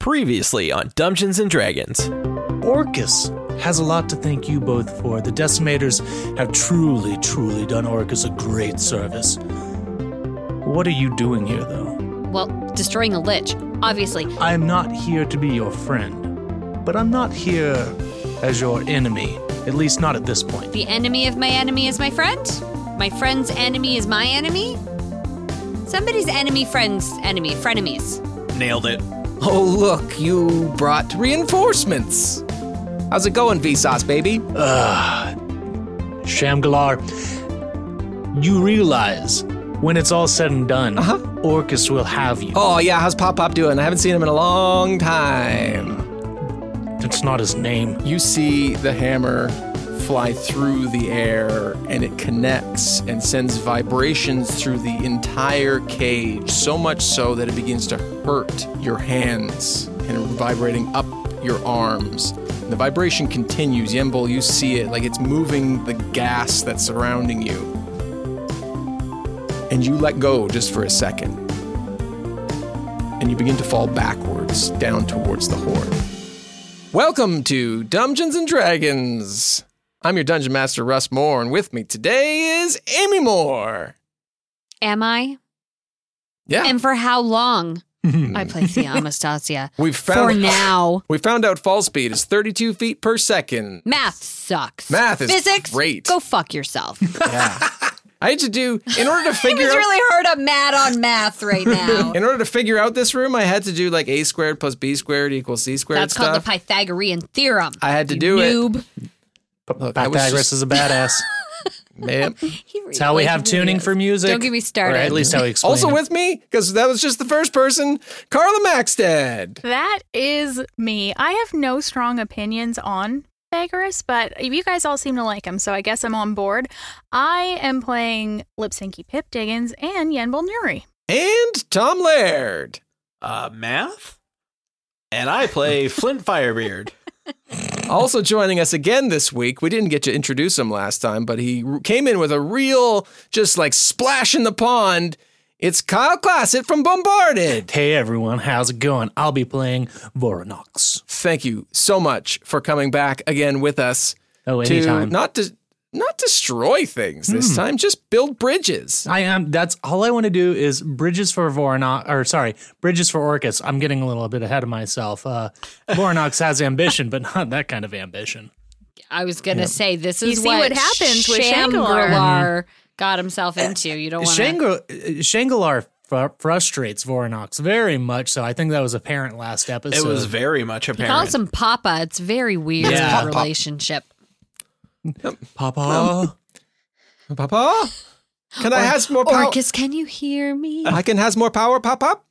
Previously on Dungeons and Dragons. Orcus has a lot to thank you both for. The Decimators have truly, truly done Orcus a great service. What are you doing here, though? Well, destroying a lich, obviously. I'm not here to be your friend, but I'm not here as your enemy, at least not at this point. The enemy of my enemy is my friend. My friend's enemy is my enemy. Somebody's enemy, friend's enemy, frenemies. Nailed it. Oh, look, you brought reinforcements. How's it going, Vsauce, baby? Shamgalar, you realize when it's all said and done, Orcus will have you. Uh-huh. Oh, yeah, how's Pop Pop doing? I haven't seen him in a long time. That's not his name. You see the hammer fly through the air and it connects and sends vibrations through the entire cage, so much so that it begins to hurt your hands and vibrating up your arms. The vibration continues. Yemble, you see it like it's moving the gas that's surrounding you. And you let go just for a second. And you begin to fall backwards down towards the horde. Welcome to Dungeons and Dragons. I'm your Dungeon Master, Russ Moore, and with me today is Amy Moore. Am I? Yeah. And for how long? I play the Amastasia. We've For found now. We found out fall speed is 32 feet per second. Math sucks. Math is Physics, great. Go fuck yourself. It's I had to do in order to figure out really hard to mad on math right now. in order to figure out this room, I had to do like a squared plus b squared equals c squared That's stuff. called the Pythagorean theorem. I had to you do it. noob. it. I was Pythagoras just- is a badass. Man. It's how we have tuning for music. Don't get me started. Or at least how we explain Also it. with me, because that was just the first person, Carla Maxted. That is me. I have no strong opinions on Pythagoras, but you guys all seem to like him, so I guess I'm on board. I am playing Lipsinky Pip Diggins and Yenbul Nuri. And Tom Laird. Uh, math? And I play Flint Firebeard. Also joining us again this week. We didn't get to introduce him last time, but he r- came in with a real just like splash in the pond. It's Kyle Classett from Bombarded. Hey everyone, how's it going? I'll be playing Voronox. Thank you so much for coming back again with us. Oh, to anytime. Hmm. not to not destroy things this time, just build bridges. I am. That's all I want to do is bridges for Voronox, or sorry, bridges for Orcus. I'm getting a little bit ahead of myself. Uh, Voronox has ambition, but not that kind of ambition. I was gonna say this You is see what happens with Shangri-La Shangri-La. got himself into. You don't want to. Shangri- Shangalar fr- frustrates Voronox very much. So I think that was apparent last It episode. was very much He apparent. calls him Papa. It's very weird Yeah. Pop, pop. relationship. Papa. Papa, can I has more power? Orcus, can you hear me? I can has more power, Pop Pop.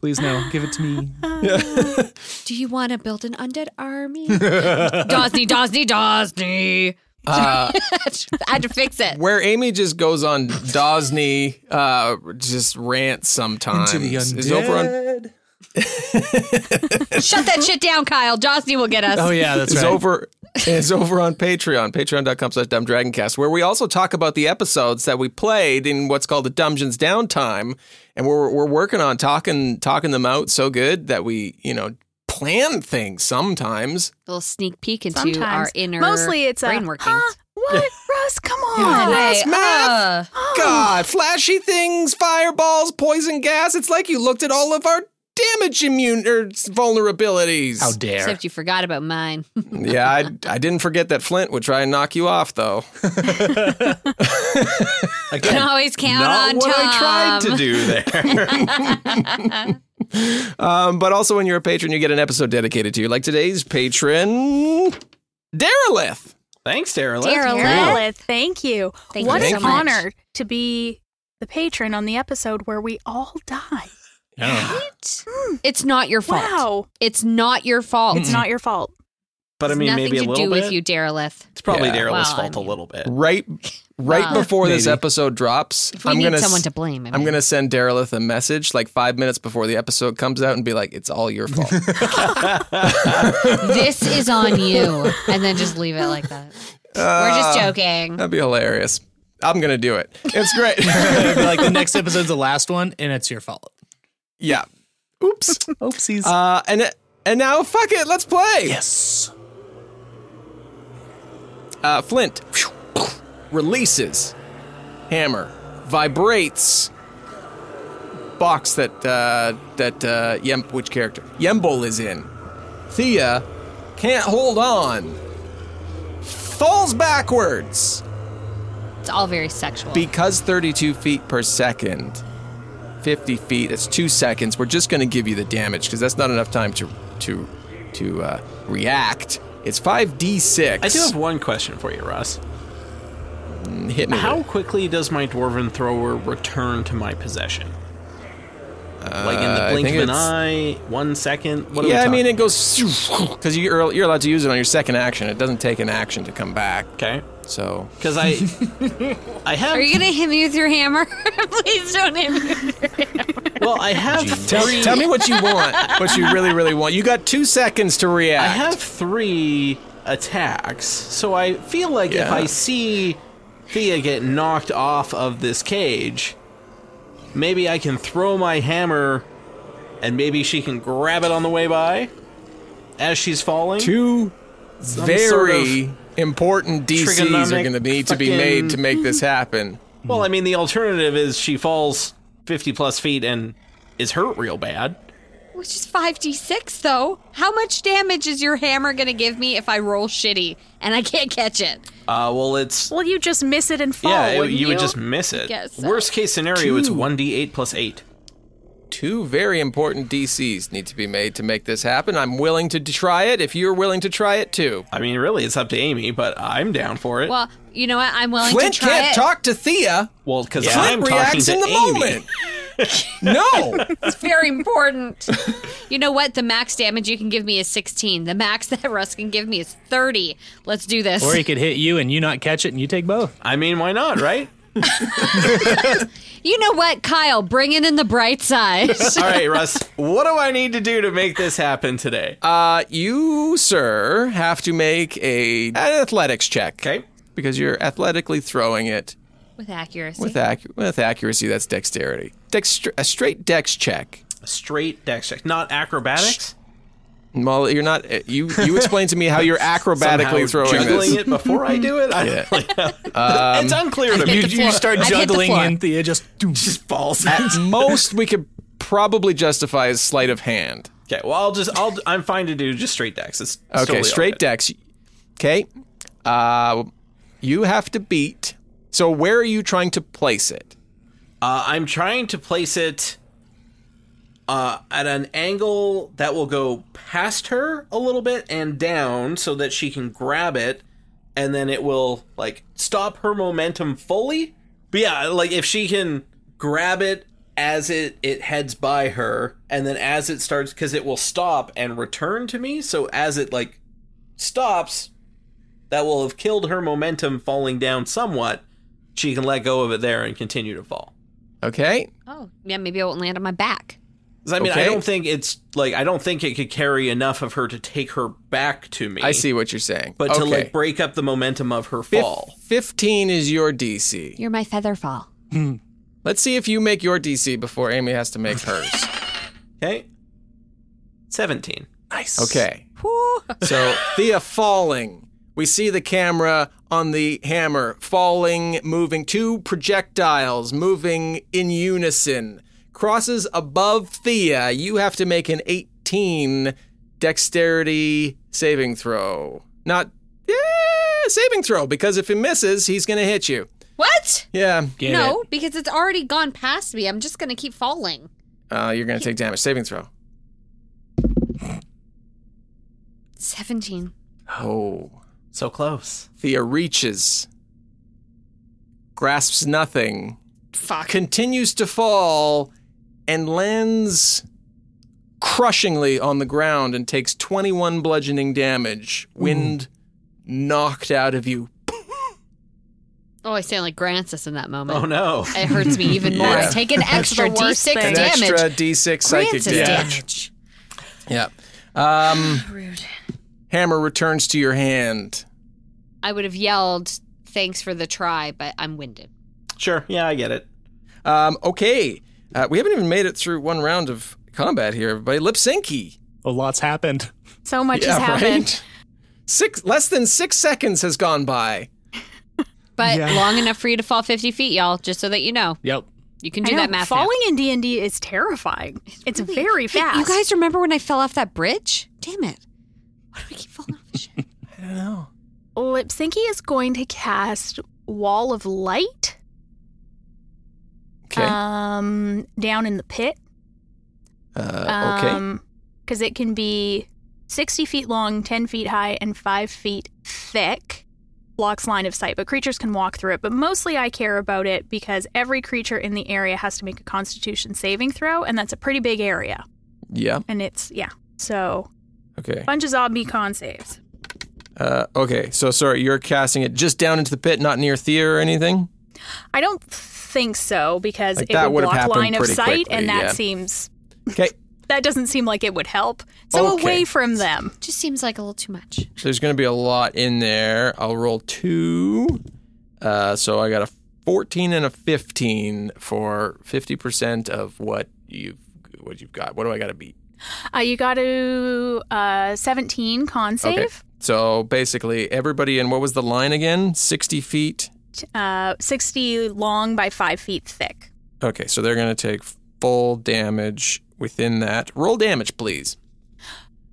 Please no, give it to me. Do you want to build an undead army? Dosney, Dosney, Dosney. I had to fix it. Where Amy just goes on Dosney, uh, just rants sometimes. Into the Is over on undead. Shut that shit down, Kyle. Dosney will get us. Oh yeah, that's is right. over is over on Patreon, patreon.com slash dumbdragoncast, where we also talk about the episodes that we played in what's called the Dungeons Downtime. And we're we're working on talking talking them out so good that we, you know, plan things sometimes. little sneak peek into Sometimes. our inner Mostly it's a, Oh, brain workings. huh? What? Gus, come on. Way, math. uh, God, flashy things, fireballs, poison gas. It's like you looked at all of our damage immune or vulnerabilities. How dare. except you forgot about mine. yeah, I, I didn't forget that Flint would try and knock you off, though. Can Again, always count not on what Tom. I tried to do there. Um, but also, when you're a patron, you get an episode dedicated to you, like today's patron, Derelith. Thanks, Tara. Tara Cool. Lynn. Lilith, thank you. Thank what you an so much. honor to be the patron on the episode where we all die. Yeah. Hmm. It's not your fault. Wow. It's not your fault. Hmm. It's not your fault. But I It's mean, nothing maybe a to little do bit. with you, Derelith. It's probably Yeah. Daryl's Well, I fault mean- a little bit. Right, right Wow. before this Maybe. episode drops, If we I'm need gonna someone s- to blame, I I'm mean. gonna send Derelith a message like five minutes before the episode comes out and be like, "It's all your fault." this is on you, and then just leave it like that. We're just joking. That'd be hilarious. I'm gonna do it. It's great. It'd be like the next episode's the last one, and it's your fault. yeah. Oops. Oopsies. Uh, and and now, fuck it. Let's play. yes. Uh, Flint releases hammer, vibrates box that uh, that uh, Yem which character Yembol is in. Thea can't hold on, falls backwards It's all very sexual. because 32 feet per second. 50 feet. That's two seconds. We're just going to give you the damage because that's not enough time to to to uh, react. It's 5d6. I do have one question for you, Ross. hit me. with How it. quickly does my dwarven thrower return to my possession? like in Uh, I the blink think of an it's- eye, one second. What are we yeah, I mean, it talking? goes because you, are you're allowed to use it on your second action. It doesn't take an action to come back. okay, So because I, I have. Are you gonna hit me with your hammer? Please don't hit me. well, I have tell, three. tell me what you want, what you really, really want. You got two seconds to react. I have three attacks, so I feel like if Yeah. I see Thea get knocked off of this cage, maybe I can throw my hammer, and maybe she can grab it on the way by as she's falling. two very sort of important DCs are trigonomic going to need to be made to fucking- make this happen. Well, I mean, the alternative is she falls 50 plus feet and is hurt real bad. Which is five d six though. How much damage is your hammer gonna give me if I roll shitty and I can't catch it? Uh, well, it's. Well, you just miss it and fall. Yeah, it- wouldn't you would just miss it. Guess so. Worst case scenario, it's 1d8 plus 8. Two very important DCs need to be made to make this happen. I'm willing to try it if you're willing to try it too. I mean, really, it's up to Amy, but I'm down for it. Well, you know what? I'm willing Flint to try can't it. talk to Thea. Well, because Flint I'm talking reacts to in the Amy. moment. no. It's very important. you know what? The max damage you can give me is sixteen. The max that Russ can give me is thirty. Let's do this. Or he could hit you and you not catch it, and you take both. I mean, why not, right? You know what, Kyle? Bring it in the bright side. All right, Russ, what do I need to do to make this happen today? Uh, you, sir, have to make a an athletics check. Okay. Because you're athletically throwing it With accuracy. with ac- with accuracy. That's dexterity. Dexter- a straight dex check. Straight dex check, not acrobatics. Molly, you're not. uh, You you explain to me how you're acrobatically Somehow throwing juggling this. Um, it before I do it. I don't really know. it's unclear to hit me. the floor. I've hit the floor. Thea just. just falls. At most, we could probably justify as sleight of hand. Okay, well, I'll just I'll I'm fine to do just straight decks. It's it's Okay, totally all straight good. dex. Okay. Uh, you have to beat. So where are you trying to place it? Uh, I'm trying to place it uh, at an angle that will go past her a little bit and down, so that she can grab it, and then it will like stop her momentum fully. But yeah, like if she can grab it as it it heads by her, and then as it starts, because it will stop and return to me. So as it like stops, that will have killed her momentum falling down somewhat. She can let go of it there and continue to fall. Okay. Oh, yeah, maybe I won't land on my back. 'Cause I mean, Okay. I don't think it's like I don't think it could carry enough of her to take her back to me. I see what you're saying. but okay. to like break up the momentum of her Fif- fall. 15 is your DC. You're my feather fall. Let's see if you make your DC before Amy has to make hers. Okay, seventeen. Nice. Okay. so Thea falling We see the camera on the hammer falling, moving two projectiles, moving in unison. Crosses above Thea. You have to make an 18 dexterity saving throw. Not yeah, saving throw because if he misses, he's going to hit you. What? Yeah. Get no, because it's already gone past me. I'm just gonna keep falling. Uh, you're going to take damage. Saving throw. Seventeen. Oh. So close. Thea reaches, grasps nothing, Fuck. continues to fall, and lands crushingly on the ground and takes 21 bludgeoning damage. Wind knocked out of you. Oh, I sound like Grancis in that moment. Oh no. It hurts me even more. Yeah. I take an extra the worst D6 thing. An An damage. extra d6 psychic Grancis damage. damage. Yeah. Um, Hammer returns to your hand. I would have yelled, "Thanks for the try," but I'm winded. Sure. Yeah, I get it. Um, okay. Uh, we haven't even made it through one round of combat here, everybody. Lipsinky. A lot's happened. So much has happened. right? Six less than six seconds has gone by. But Yeah. long enough for you to fall 50 feet, y'all. Just so that you know, Yep. you can I do know, that math. now. Falling in D and D is terrifying. It's, Really? very Hey, fast. You guys remember when I fell off that bridge? Damn it! Why do I keep falling off the shit? I don't know. Lipsinki is going to cast Wall of Light Okay. um, down in the pit. Uh, okay. um, Because it can be 60 feet long, 10 feet high, and 5 feet thick. Blocks line of sight, but creatures can walk through it. But mostly I care about it because every creature in the area has to make a constitution saving throw, and that's a pretty big area. yeah. And it's, yeah. So, Okay. bunch of zombie con saves. Uh, okay. So sorry, you're casting it just down into the pit, not near Thea or anything. I don't think so because Like, it that would would've block happened line of pretty sight, quickly, and that yeah. seems Okay. that doesn't seem like it would help. So Okay. away from them. Just seems like a little too much. There's going to be a lot in there. I'll roll two. Uh, so I got a 14 and a 15 for 50% of what you've what you've got. What do I got to beat? Uh, you got to uh, 17 con Okay. save, So basically, everybody in what was the line again? 60 feet. uh, 60 long by 5 feet thick. Okay, so they're going to take full damage within that. Roll damage, please.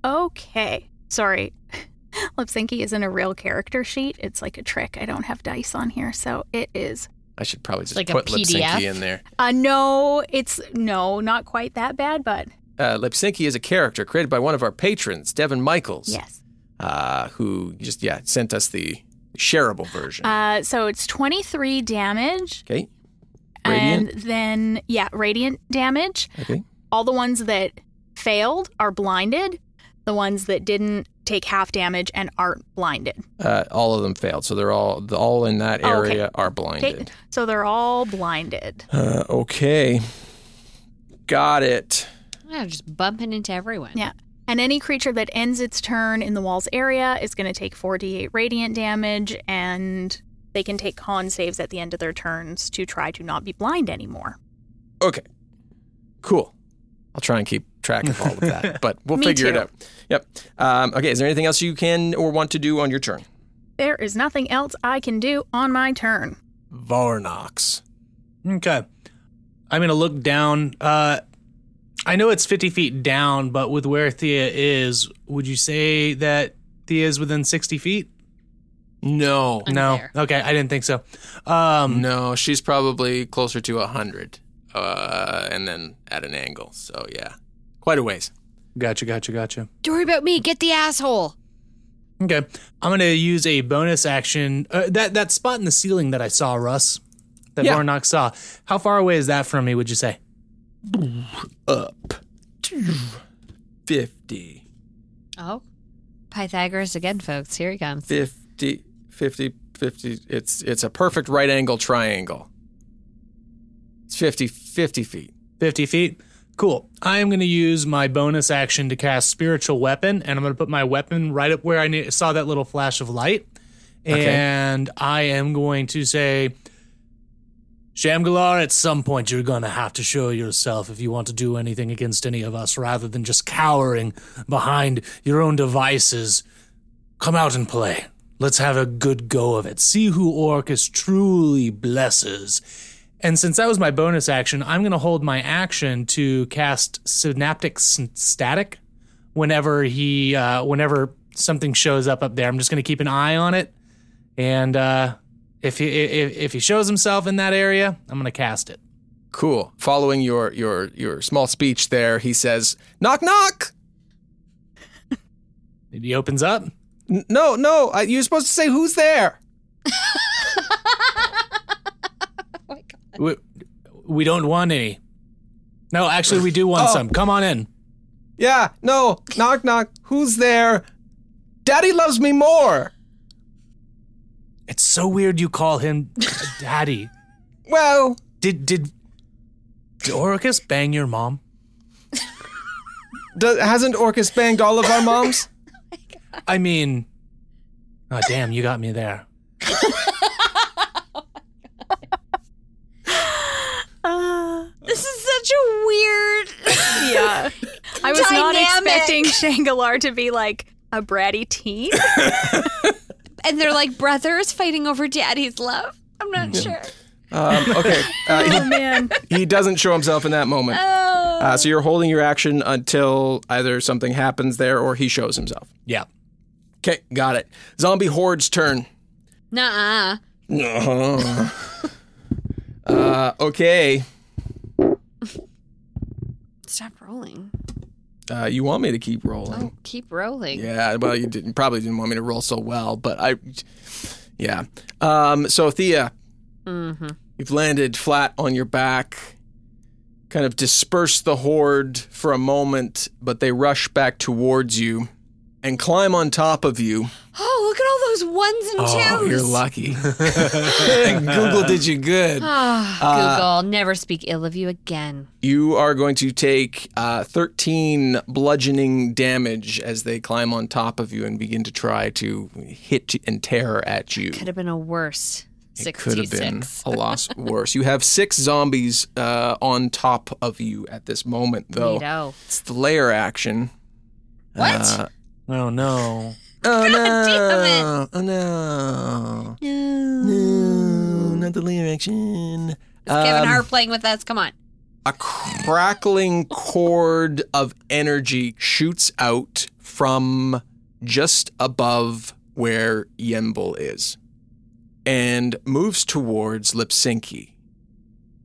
Okay. Sorry. Lipsinki isn't a real character sheet. It's like a trick. I don't have dice on here. So it is. I should probably just Like a put PDF? Lipsinki in there. Uh, no, it's no, not quite that bad, but Uh, Lipsinki is a character created by one of our patrons, Devin Michaels, yes. uh, who just yeah sent us the shareable version. Uh, so it's 23 damage. okay, radiant. And then, yeah, radiant damage. okay, All the ones that failed are blinded. The ones that didn't take half damage and aren't blinded. uh, all of them failed, so they're all the- all in that Oh, okay. area are Okay, blinded. So they're all blinded. Uh, okay, got it. I'm just bumping into everyone. Yeah. And any creature that ends its turn in the wall's area is going to take 4d8 radiant damage, and they can take con saves at the end of their turns to try to not be blind anymore. Okay. Cool. I'll try and keep track of all of that, but we'll Me figure it too. out. Yep. Um, okay. Is there anything else you can or want to do on your turn? There is nothing else I can do on my turn. Varnox. Okay. I'm going to look down. Uh, I know it's 50 feet down, but with where Thea is, would you say that Thea is within 60 feet? No. I'm no. there. Okay. I didn't think so. Um, No, she's probably closer to 100 uh, and then at an angle. So, yeah. Quite a ways. Gotcha. Gotcha. Gotcha. Don't worry about me. Get the asshole. Okay. I'm going to use a bonus action. Uh, that, that spot in the ceiling that I saw, Russ, that Yeah. Varnock saw, how far away is that from me, would you say? Up. 50. Oh, Pythagoras again, folks. Here he comes. 50. 50. 50. It's, it's a perfect right angle triangle. It's 50, 50 feet. 50 feet. Cool. I am going to use my bonus action to cast Spiritual Weapon, and I'm going to put my weapon right up where I ne- saw that little flash of light. Okay. And I am going to say, Shamgalar, at some point you're going to have to show yourself if you want to do anything against any of us rather than just cowering behind your own devices. Come out and play. Let's have a good go of it. See who Orcus truly blesses. And since that was my bonus action, I'm going to hold my action to cast Synaptic S- Static whenever he, uh, whenever something shows up up there. I'm just going to keep an eye on it, and uh, if he if, if he shows himself in that area, I'm going to cast it. Cool. Following your your your small speech there, he says, "Knock knock." He opens up. N- no, no. I, you're supposed to say who's there. We, we don't want any. No, actually, we do want Oh. some. Come on in. Yeah. No. Knock knock. Who's there? Daddy loves me more. It's so weird you call him daddy. Well, Did did did Orcus bang your mom? do, hasn't Orcus banged all of our moms? I mean, oh damn, you got me there. Uh, This is such a weird. Yeah. I was not Dynamic. expecting Shangalar to be like a bratty teen. and they're like brothers fighting over daddy's love. I'm not sure. Um, okay. Uh, he- Oh, man. he doesn't show himself in that moment. Oh. Uh, so you're holding your action until either something happens there or he shows himself. Yeah. Okay, got it. Zombie horde's turn. Nuh-uh. uh, okay. Stop rolling. Uh, you want me to keep rolling? Oh, keep rolling. Yeah. Well, you didn't probably didn't want me to roll so well, but I. Yeah. Um, so Thea, Mm-hmm. You've landed flat on your back, kind of disperse the horde for a moment, but they rush back towards you and climb on top of you. Oh, look at all those ones and Oh, twos. you're lucky. And Google did you good. Ah, Google, I'll never speak ill of you again. You are going to take uh, 13 bludgeoning damage as they climb on top of you and begin to try to hit and tear at you. Could have been a worse It could have been 66. a lot worse. You have six zombies uh, on top of you at this moment, though. Neato. It's the layer action. What? Uh, Oh no. oh damn no! Oh no! No! Not the layer action. It's Kevin Um, Hart playing with us. Come on. A crackling cord of energy shoots out from just above where Yemble is and moves towards Lipsinki.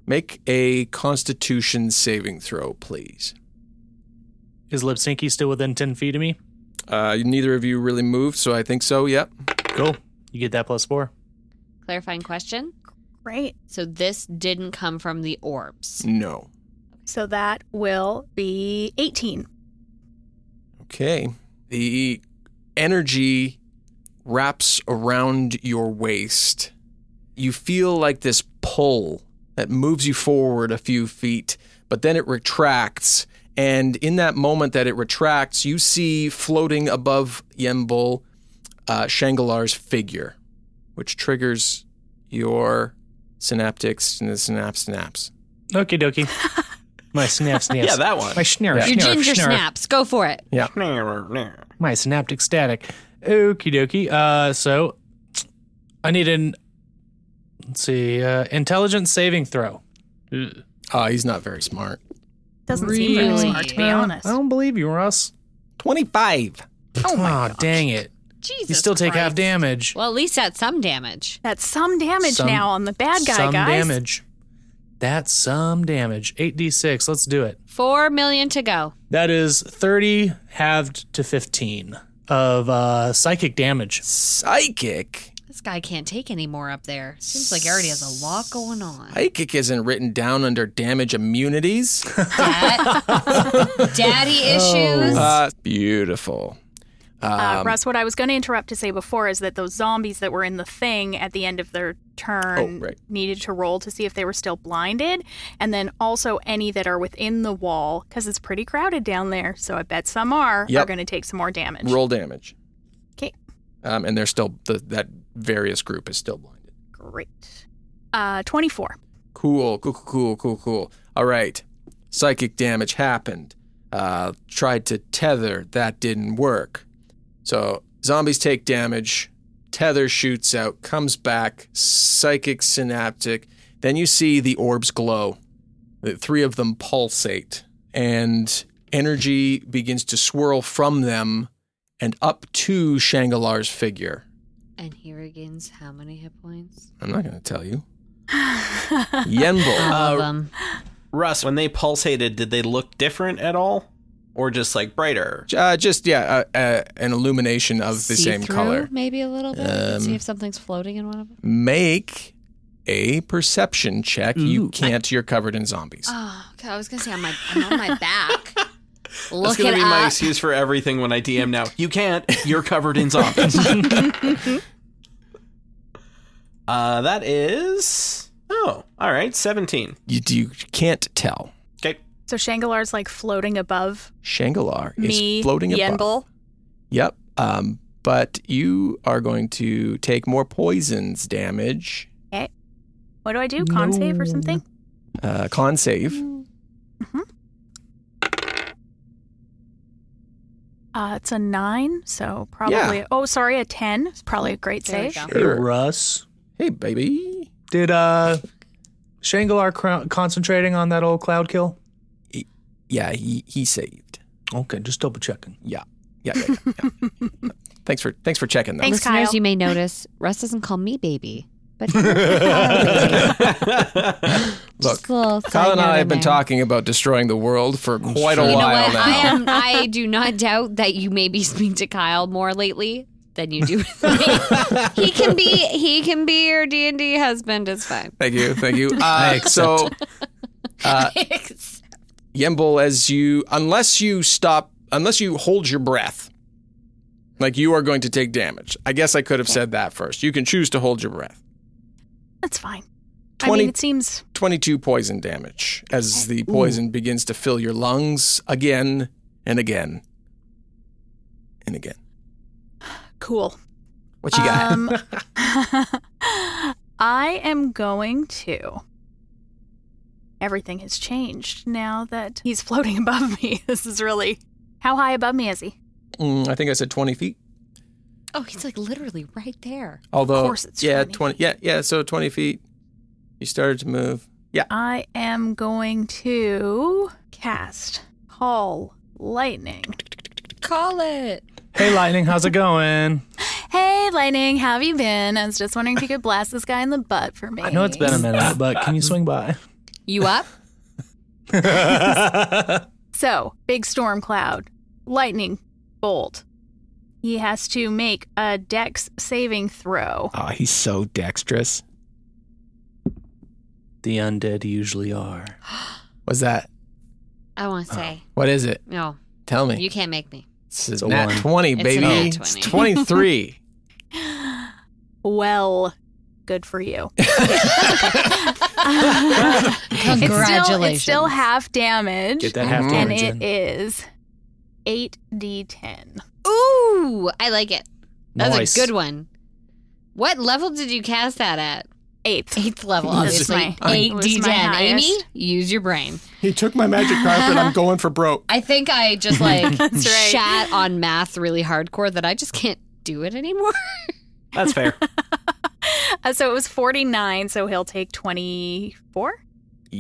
Make a constitution saving throw, please. Is Lipsinki still within ten feet of me? Uh, neither of you really moved, so I think so, yep. Cool. You get that plus four. Clarifying question. Great. So this didn't come from the orbs. No. So that will be 18. Okay. The energy wraps around your waist. You feel like this pull that moves you forward a few feet, but then it retracts. And in that moment that it retracts, you see floating above Yembol uh, Shangalar's figure, which triggers your synaptics and the synapse snaps. Okie dokie. My snap snaps. Yeah, that one. My snare. Your ginger snaps. Go for it. My synaptic static. Okie dokie. Uh, so I need an let's see, uh, intelligence saving throw. Ah, he's not very smart. Doesn't seem very Really? smart, to be Uh, honest. I don't believe you, Russ. 25. Oh my dang it! Jesus. You still take half Christ. damage. Well, at least that's some damage. That's some damage Some- now on the bad guy, some guys. damage. That's some damage. Eight d six. Let's do it. Four million to go. That is thirty halved to fifteen of uh, psychic damage. Psychic? This guy can't take any more up there. Seems like he already has a lot going on. Psychic isn't written down under damage immunities. Dad- Daddy Oh. issues. uh, beautiful. uh, Um, Russ, what I was going to interrupt to say before is that those zombies that were in the thing at the end of their turn Oh, right. needed to roll to see if they were still blinded, and then also any that are within the wall because it's pretty crowded down there. So I bet some are are Yep. going to take some more damage. Roll damage. 'Kay. Um, and they're still, the, that various group is still blinded. Great. Uh, Twenty-four. Cool, cool, cool, cool, cool, cool. All right. Psychic damage happened. Uh, tried to tether. That didn't work. So zombies take damage. tether shoots out, comes back, psychic synaptic. Then you see the orbs glow. The three of them pulsate, and energy begins to swirl from them and up to Shangalar's figure. And he regains how many hit points? I'm not going to tell you. Yenbul. All of them. Russ, when they pulsated, did they look different at all, or just like brighter? Uh, just yeah, uh, uh, an illumination of the same See-through, color. Um, Maybe a little bit. See if something's floating in one of them. Make a perception check. You can't. You're covered in zombies. Oh, okay. I was gonna say on my I'm on my back. That's Look gonna it be my up. excuse for everything when I DM now. You can't. You're covered in zombies. uh, that is. Oh, all right, seventeen. You, you can't tell. Okay. So Shangalar's like floating above Shangalar me, is floating above. Yenbul. Yep. Um, but you are going to take more poisons damage. Okay. What do I do? Con save or something? Uh, con save. Uh, it's a nine, so probably. Oh, sorry, a ten. It's probably a great There we save. go. Hey, Sure. Russ. Hey, baby. Did uh Shangalar cr- concentrating on that old cloud kill? Yeah, he, he saved. Okay, just double checking. Yeah. Yeah. yeah, yeah, yeah. thanks for thanks for checking that. Thanks, Listeners, Kyle. you may notice Russ doesn't call me baby, but he does call me baby. Just a little side Kyle and note I have in been there. talking about destroying the world for quite a You know while what? I now. am. I do not doubt that you maybe speak to Kyle more lately than you do. with me. he can be. He can be your D and D husband. It's fine. Thank you, thank you. Uh, so, uh, Yemble, as you, unless you stop, unless you hold your breath, like you are going to take damage. I guess I could have said that first. You can choose to hold your breath. That's fine. I 20 mean, e- it seems 22 poison damage as the poison begins to fill your lungs again and again and again. cool. What you got? Um, I am going to. Everything has changed now that he's floating above me. This is really. How high above me is he? Mm, I think I said 20 feet. Oh, he's like literally right there. Although, course it's yeah, 20 Yeah, yeah. So 20 feet. You started to move. Yeah. I am going to cast Call Lightning. Call it. Hey Lightning, how's it going? Hey, Lightning, how have you been? I was just wondering if you could blast this guy in the butt for me. I know it's been a minute, but can you swing by? You up? So, big storm cloud, lightning bolt. He has to make a dex saving throw. Oh, he's so dexterous. The undead usually are. What's that? I want to say What is it? no. Tell me. You can't make me. it's a It's a nat one. 20, It's a baby. nat It's 20. 23. Well, good for you. It's still, it's Congratulations. still half damage, Get that half and damage it in. is 8d10. Ooh, I like it. That's Nice. a good one. What level did you cast that at? Eighth. Eighth level, This is obviously. my- Eight it was D my ten. Amy, highest. use your brain. He took my magic carpet. I'm going for broke. I think I just like right. shat on math really hardcore that I just can't do it anymore. That's fair. Uh, so it was 49, so he'll take 24.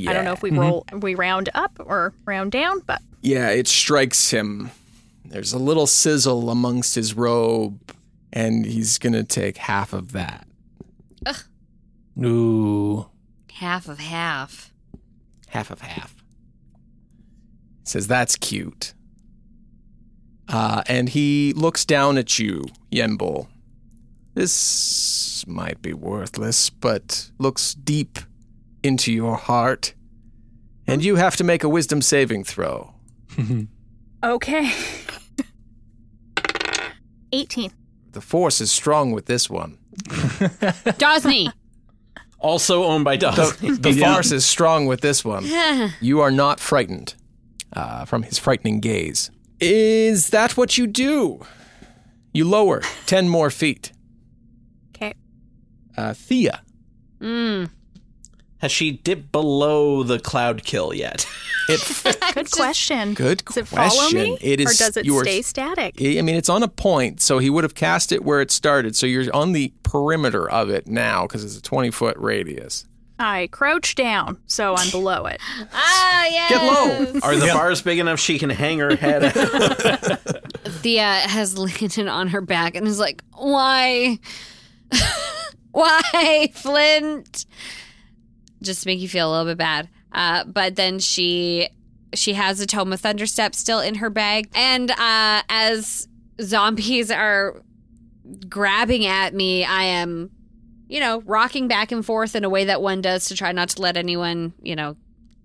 I don't know if we roll Mm-hmm. we round up or round down, but Yeah, it strikes him. There's a little sizzle amongst his robe, and he's going to take half of that. Ooh. half of half. Half of half. Says, that's cute. Uh, and he looks down at you, Yenbol. This might be worthless, but looks deep into your heart. And you have to make a wisdom saving throw. okay. 18. The force is strong with this one. Dosney. also owned by Dust. The, the farce is strong with this one. You are not frightened uh, from his frightening gaze. Is that what you do? You lower 10 more feet. Okay. Uh, Thea. mm. Has she dipped below the cloud kill yet? It, Good question. Good Does it follow question. me? It or is does it yours. stay static? I mean, it's on a point, so he would have cast it where it started. So you're on the perimeter of it now because it's a 20 foot radius. I crouch down, so I'm below it. Ah, yeah. Get low. Are the bars big enough she can hang her head out? Thea has Landon on her back and is like, why? why, Flint? Just to make you feel a little bit bad. Uh, but then she she has a tome of thunderstep still in her bag. And uh, as zombies are grabbing at me, I am, you know, rocking back and forth in a way that one does to try not to let anyone, you know,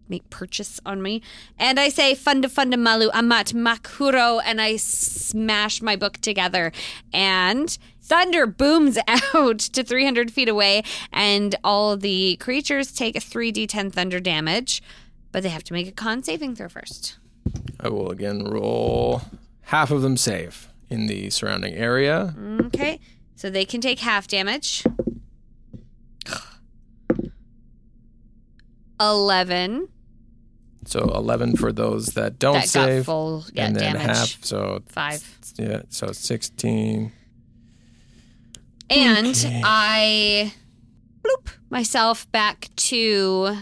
make purchase on me. And I say, Funda Funda Malu Amat Makuro, and I smash my book together. And thunder booms out to 300 feet away, and all the creatures take a 3d10 thunder damage, but they have to make a con saving throw first. I will again roll. Half of them save in the surrounding area. Okay, so they can take half damage. 11. So 11 for those that don't that got save. full yeah, and then damage. half. So, Five. yeah, so 16. And I bloop myself back to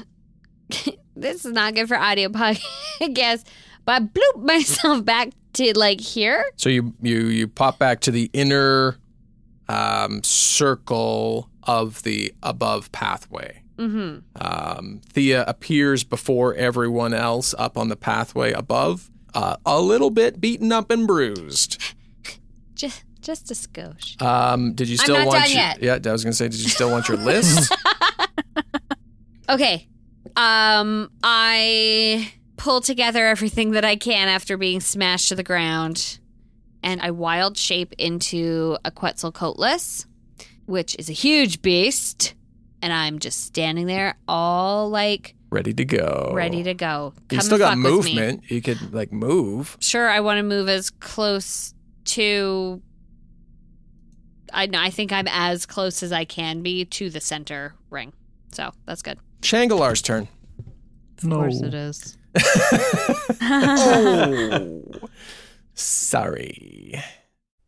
this is not good for audio podcast, but I bloop myself back to like here. So you you you pop back to the inner um, circle of the above pathway. hmm Um, Thea appears before everyone else up on the pathway above, uh, a little bit beaten up and bruised. Just just a skosh. Um, did you I'm still not want done your, yet. Yeah, I was gonna say, did you still want your list? Okay. Um I pull together everything that I can after being smashed to the ground and I wild shape into a Quetzalcoatlus, which is a huge beast, and I'm just standing there all like Ready to go. ready to go. Come Oh. You still and got fuck With me. movement. You could like move. Sure, I want to move as close to. I I think I'm as close as I can be to the center ring, so that's good. Changalar's turn. Of course it is. oh, sorry.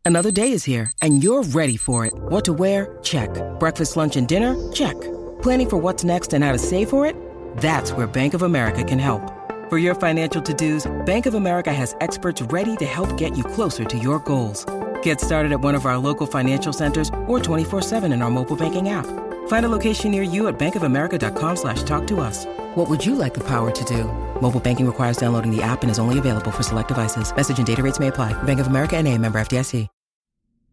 Another day is here, and you're ready for it. What to wear? Check. Breakfast, lunch, and dinner? Check. Planning for what's next and how to save for it? That's where Bank of America can help. For your financial to dos, Bank of America has experts ready to help get you closer to your goals. Get started at one of our local financial centers or 24-7 in our mobile banking app. Find a location near you at bankofamerica.com slash talk to us. What would you like the power to do? Mobile banking requires downloading the app and is only available for select devices. Message and data rates may apply. Bank of America and a member FDIC.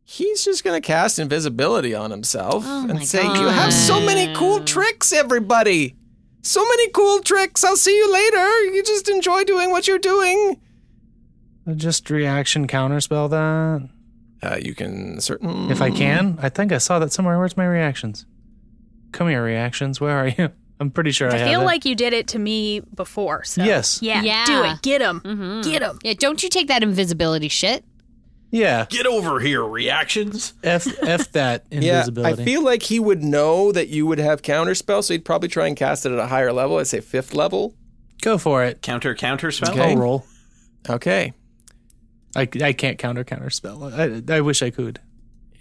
He's just gonna cast invisibility on himself Oh my and say, "You have so many cool God. tricks, everybody! So many cool tricks! I'll see you later. You just enjoy doing what you're doing." Just reaction counterspell that Uh, you can certain if I Mm. can. I think I saw that somewhere. Where's my reactions? Come here, reactions. Where are you? I'm pretty sure I, I have feel it. like you did it to me before. So Yes. yeah, Yeah. do it. Get him. Mhm. Get him. Yeah, don't you take that invisibility shit. yeah. Get over here, reactions. F F that Yeah, I invisibility. feel like he would know that you would have counterspell, so he'd probably try and cast it at a higher level. I'd say fifth level. Go for it. Counter, counter spell. Okay. I'll roll. Okay. I, I can't counter counterspell. I I wish I could.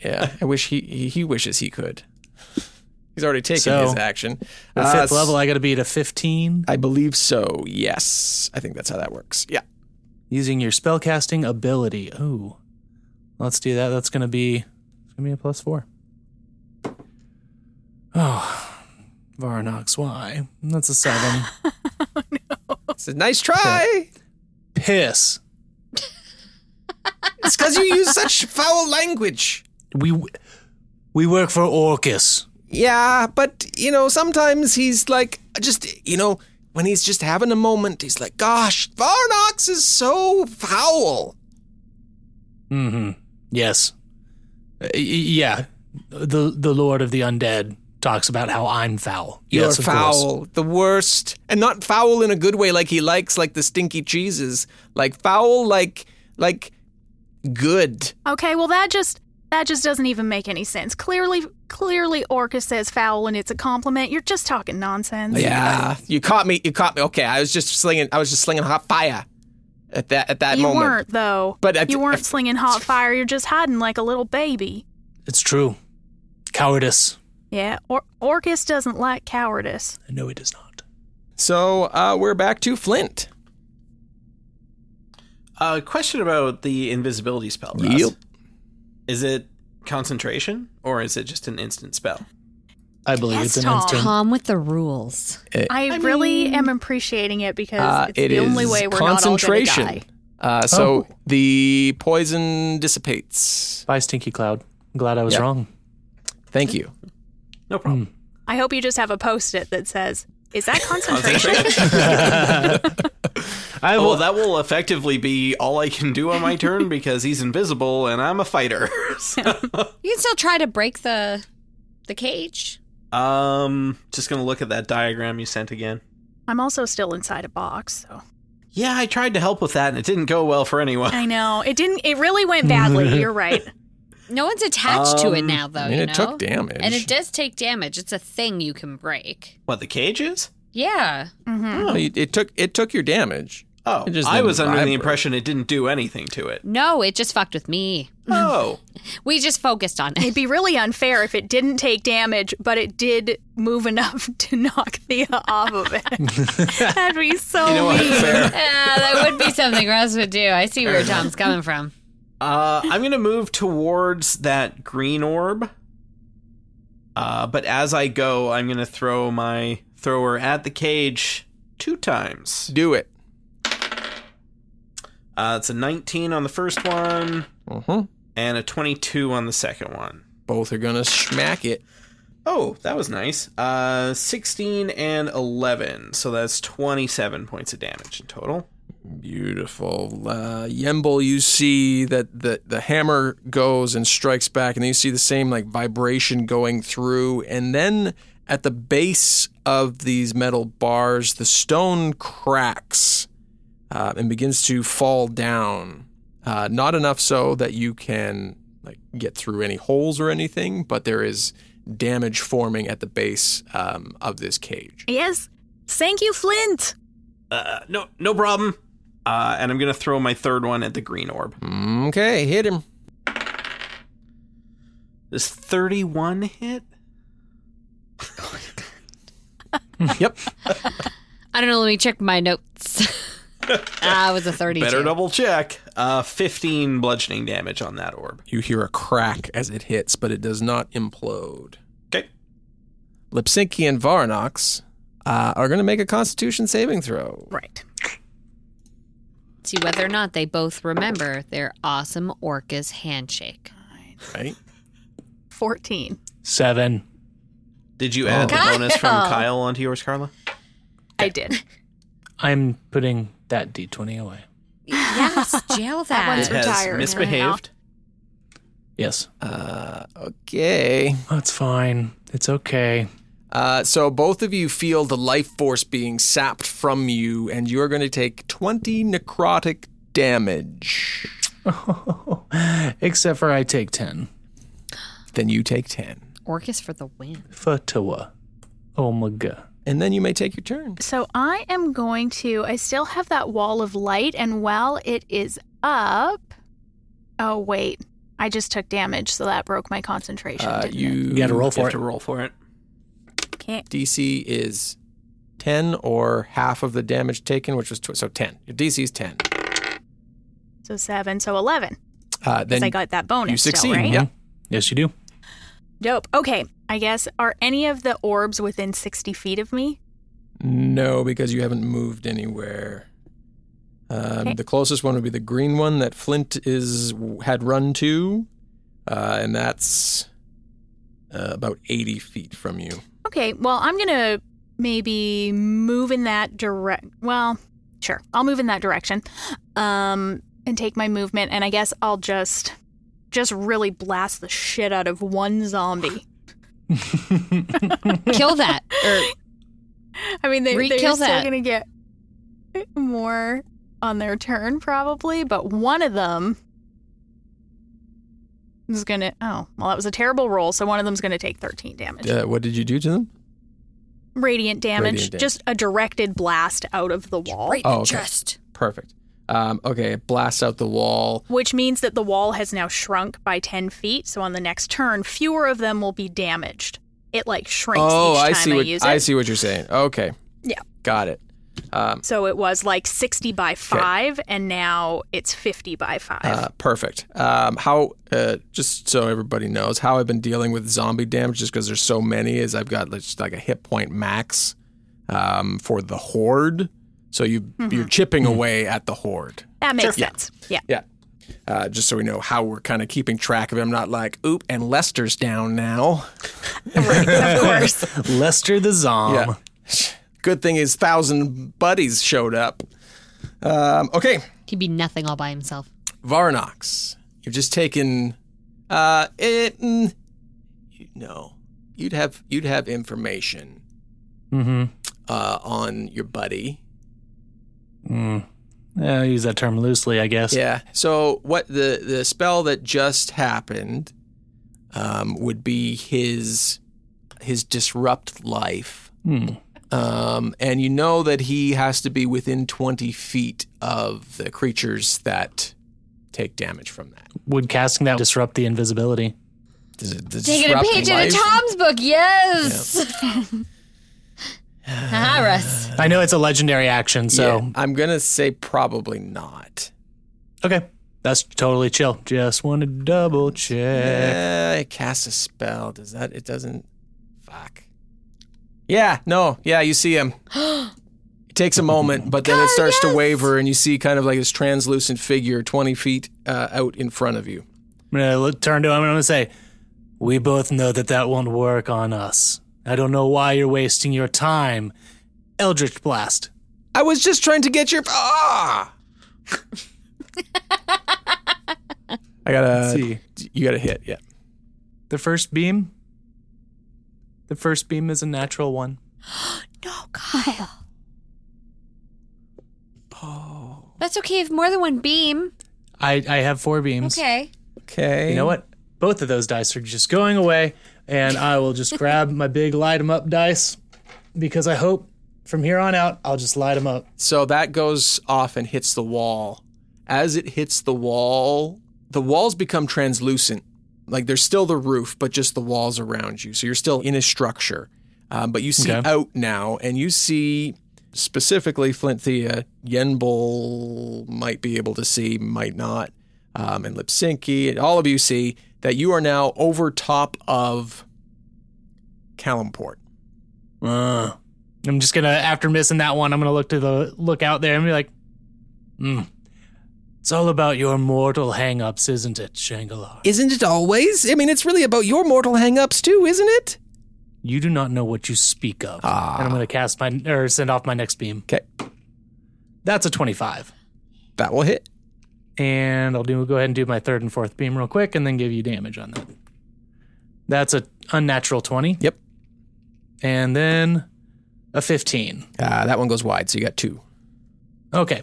Yeah, I wish he he, he wishes he could. He's already taken So, his action. The Uh, fifth level, I got to be at a 15. I believe so. Yes, I think that's how that works. Yeah. using your spellcasting ability. Ooh, let's do that. That's gonna be it's gonna be a plus four. Oh, Varanox, why? That's a seven. It's a nice try. Piss. It's because you use such foul language. We we work for Orcus. Yeah, but you know, sometimes he's like, just you know, when he's just having a moment, he's like, "Gosh, Varnox is so foul." Mm-hmm. Yes. Uh, y- yeah. The the Lord of the Undead talks about how I'm foul. You're yes, of course. foul, the worst, and not foul in a good way, like he likes, like the stinky cheeses, like foul, like like good. Okay, well that just That just doesn't even make any sense. Clearly, clearly, Orcus says foul and it's a compliment. You're just talking nonsense. Yeah, you caught me. You caught me. Okay, I was just slinging. I was just slinging hot fire at that at that you moment. weren't though. But I- you weren't I- slinging hot fire. You're just hiding like a little baby. It's true. Cowardice. Yeah. Or- Orcus doesn't like cowardice. No, it does not. So uh, we're back to Flint. Uh, question about the invisibility spell. Russ. Yep. Is it concentration or is it just an instant spell? I believe Yes, it's an Tom. instant. Tom with the rules. I, really am appreciating it because Uh, it's it the is only way we're concentration. not all gonna die. Uh, so Oh. the poison dissipates. Bye, Stinky Cloud. I'm glad I was Yeah. wrong. Thank you. Oh, No problem. I hope you just have a post-it that says, "Is that concentration?" I Well, will. Oh, that will effectively be all I can do on my turn because he's invisible and I'm a fighter. So, You can still try to break the the cage. um, just gonna look at that diagram you sent again. I'm also still inside a box, so Yeah, I tried to help with that and it didn't go well for anyone. I know it didn't. It really went badly. You're right. No one's attached to it Um, now, though. I mean, you it took know? damage. and it does take damage. It's a thing you can break. What the cage is? Yeah, Oh, you- it took it took your damage. Oh, It just I didn't was under the vibrate. impression it didn't do anything to it. no, it just fucked with me. Oh, We just focused on it. It'd be really unfair if it didn't take damage, but it did move enough to knock Thea off of it. That'd be so you know what? mean. yeah, Fair. that would be something Russ would do. I see where Tom's coming from. Uh, I'm gonna move towards that green orb. Uh, but as I go, I'm gonna throw my thrower at the cage two times. Do it. Uh, it's a 19 on the first one Mhm. and a 22 on the second one. Both are gonna smack it. Oh, that was nice. Uh, 16 and 11, so that's 27 points of damage in total. Beautiful. Uh, Yemble, you see that the, the hammer goes and strikes back, and then you see the same like vibration going through. And then at the base of these metal bars, the stone cracks uh, and begins to fall down. Uh, not enough so that you can like get through any holes or anything, but there is damage forming at the base um, of this cage. Yes. Thank you, Flint. Uh, no, no problem. Uh, and I'm gonna throw my third one at the green orb. Okay, hit him. This 31 hit? yep. I don't know. Let me check my notes. I was a thirty. Better double check. Uh, 15 bludgeoning damage on that orb. You hear a crack as it hits, but it does not implode. Okay. Lipsinki and Varnox uh, are going to make a Constitution saving throw. Right. See whether or not they both remember their awesome Orcas handshake. Right? 14. Seven. Did you add the bonus from Kyle onto yours, Carla? I did. I'm putting that d20 away. Yes, jail that. one's It has retired. misbehaved. Yes. Uh, okay. That's fine. It's okay. Uh, so both of you feel the life force being sapped from you, and you are going to take 20 necrotic damage. Except for I take 10. Then you take 10. Orcas for the win. Fatua. Omega. And then you may take your turn. So I am going to. I still have that wall of light, and while it is up. Oh, wait. I just took damage, so that broke my concentration. Uh, didn't you, it? You gotta roll You for have it. to roll for it. Can't. DC is 10 or half of the damage taken, which was tw- so 10. Your DC is 10. So seven, so 11. Uh, Because then I got that bonus. you succeed. Still, right? Yeah. Yes, you do. Dope. Okay. I guess, are any of the orbs within 60 feet of me? No, because you haven't moved anywhere. Um, Okay. The closest one would be the green one that Flint is had run to, uh, and that's uh, about eighty feet from you. Okay. Well, I'm going to maybe move in that direct. Well, sure. I'll move in that direction um, and take my movement. And I guess I'll just. Just really blast the shit out of one zombie. Kill that. Or I mean, they, they're Re-kill still that. gonna get more on their turn probably, but one of them is going to. Oh, well, that was a terrible roll. So one of them's going to take 13 damage. Uh, what did you do to them? Radiant damage, Radiant damage. just a directed blast out of the wall, Right Oh, in the okay. chest. Perfect. Um, okay, it blasts out the wall. which means that the wall has now shrunk by 10 feet. So on the next turn, fewer of them will be damaged. It like shrinks Oh, each time I I, see what use it. I see what you're saying. Okay. Yeah. Got it. Um, So it was like 60 by 5, and now it's 50 by 5. uh, perfect. Um, how? Uh, just so everybody knows, how I've been dealing with zombie damage, just because there's so many, is I've got like, just like a hit point max um, for the horde. So you you're chipping away at the horde. that makes sense. Yeah. Yeah. Uh, just so we know how we're kind of keeping track of it. I'm not like, oop, and Lester's down now. Right, of course. Lester the Zom. Yeah. Good thing his thousand buddies showed up. Um, okay, He'd be nothing all by himself. Varnox, you've just taken. Uh, it, mm, you know, you'd have you'd have information Mm-hmm. uh, on your buddy. Mm. Yeah, I use that term loosely, I guess. Yeah. So what the the spell that just happened um, would be his his disrupt life. Hmm. Um, and you know that he has to be within 20 feet of the creatures that take damage from that. Would casting that disrupt the invisibility? Does it, does it Taking a disrupt page out life? of Tom's book, yes. Haha, Russ. I know it's a legendary action, so Yeah, I'm going to say probably not. okay, that's totally chill. Just want to double check. Yeah, it casts a spell. Does that, it doesn't, fuck. Yeah, no, yeah, you see him. It takes a moment, but then it starts to waver, and you see kind of like this translucent figure 20 feet uh, out in front of you. I'm gonna look, turn to him and I'm gonna say, "We both know that that won't work on us. I don't know why you're wasting your time." Eldritch blast. I was just trying to get your. Ah! I got Let's a. see You got a hit, yeah. the first beam. The first beam is a natural one. No, Kyle. Oh. That's okay if more than one beam. I I have four beams. Okay. Okay. You know what? Both of those dice are just going away, and I will just grab my big light 'em up dice because I hope from here on out I'll just light 'em up. So that goes off and hits the wall. As it hits the wall, the walls become translucent. Like there's still the roof, but just the walls around you. So you're still in a structure. Um, but you see Okay. out now, and you see specifically Flinthea, Yenbol might be able to see, might not, um, and Lipsinki, and all of you see that you are now over top of Calumport. Uh, I'm just gonna after missing that one, I'm gonna look to the look out there and be like, "Hmm, it's all about your mortal hang-ups, isn't it, Shangalar? Isn't it always? I mean, it's really about your mortal hangups too, isn't it? You do not know what you speak of." And I'm gonna cast my or send off my next beam. Okay. That's a 25, That will hit. and I'll do go ahead and do my third and fourth beam real quick, and then give you damage on that. That's a unnatural 20. Yep. and then a 15. Uh, that one goes wide, so you got two. Okay.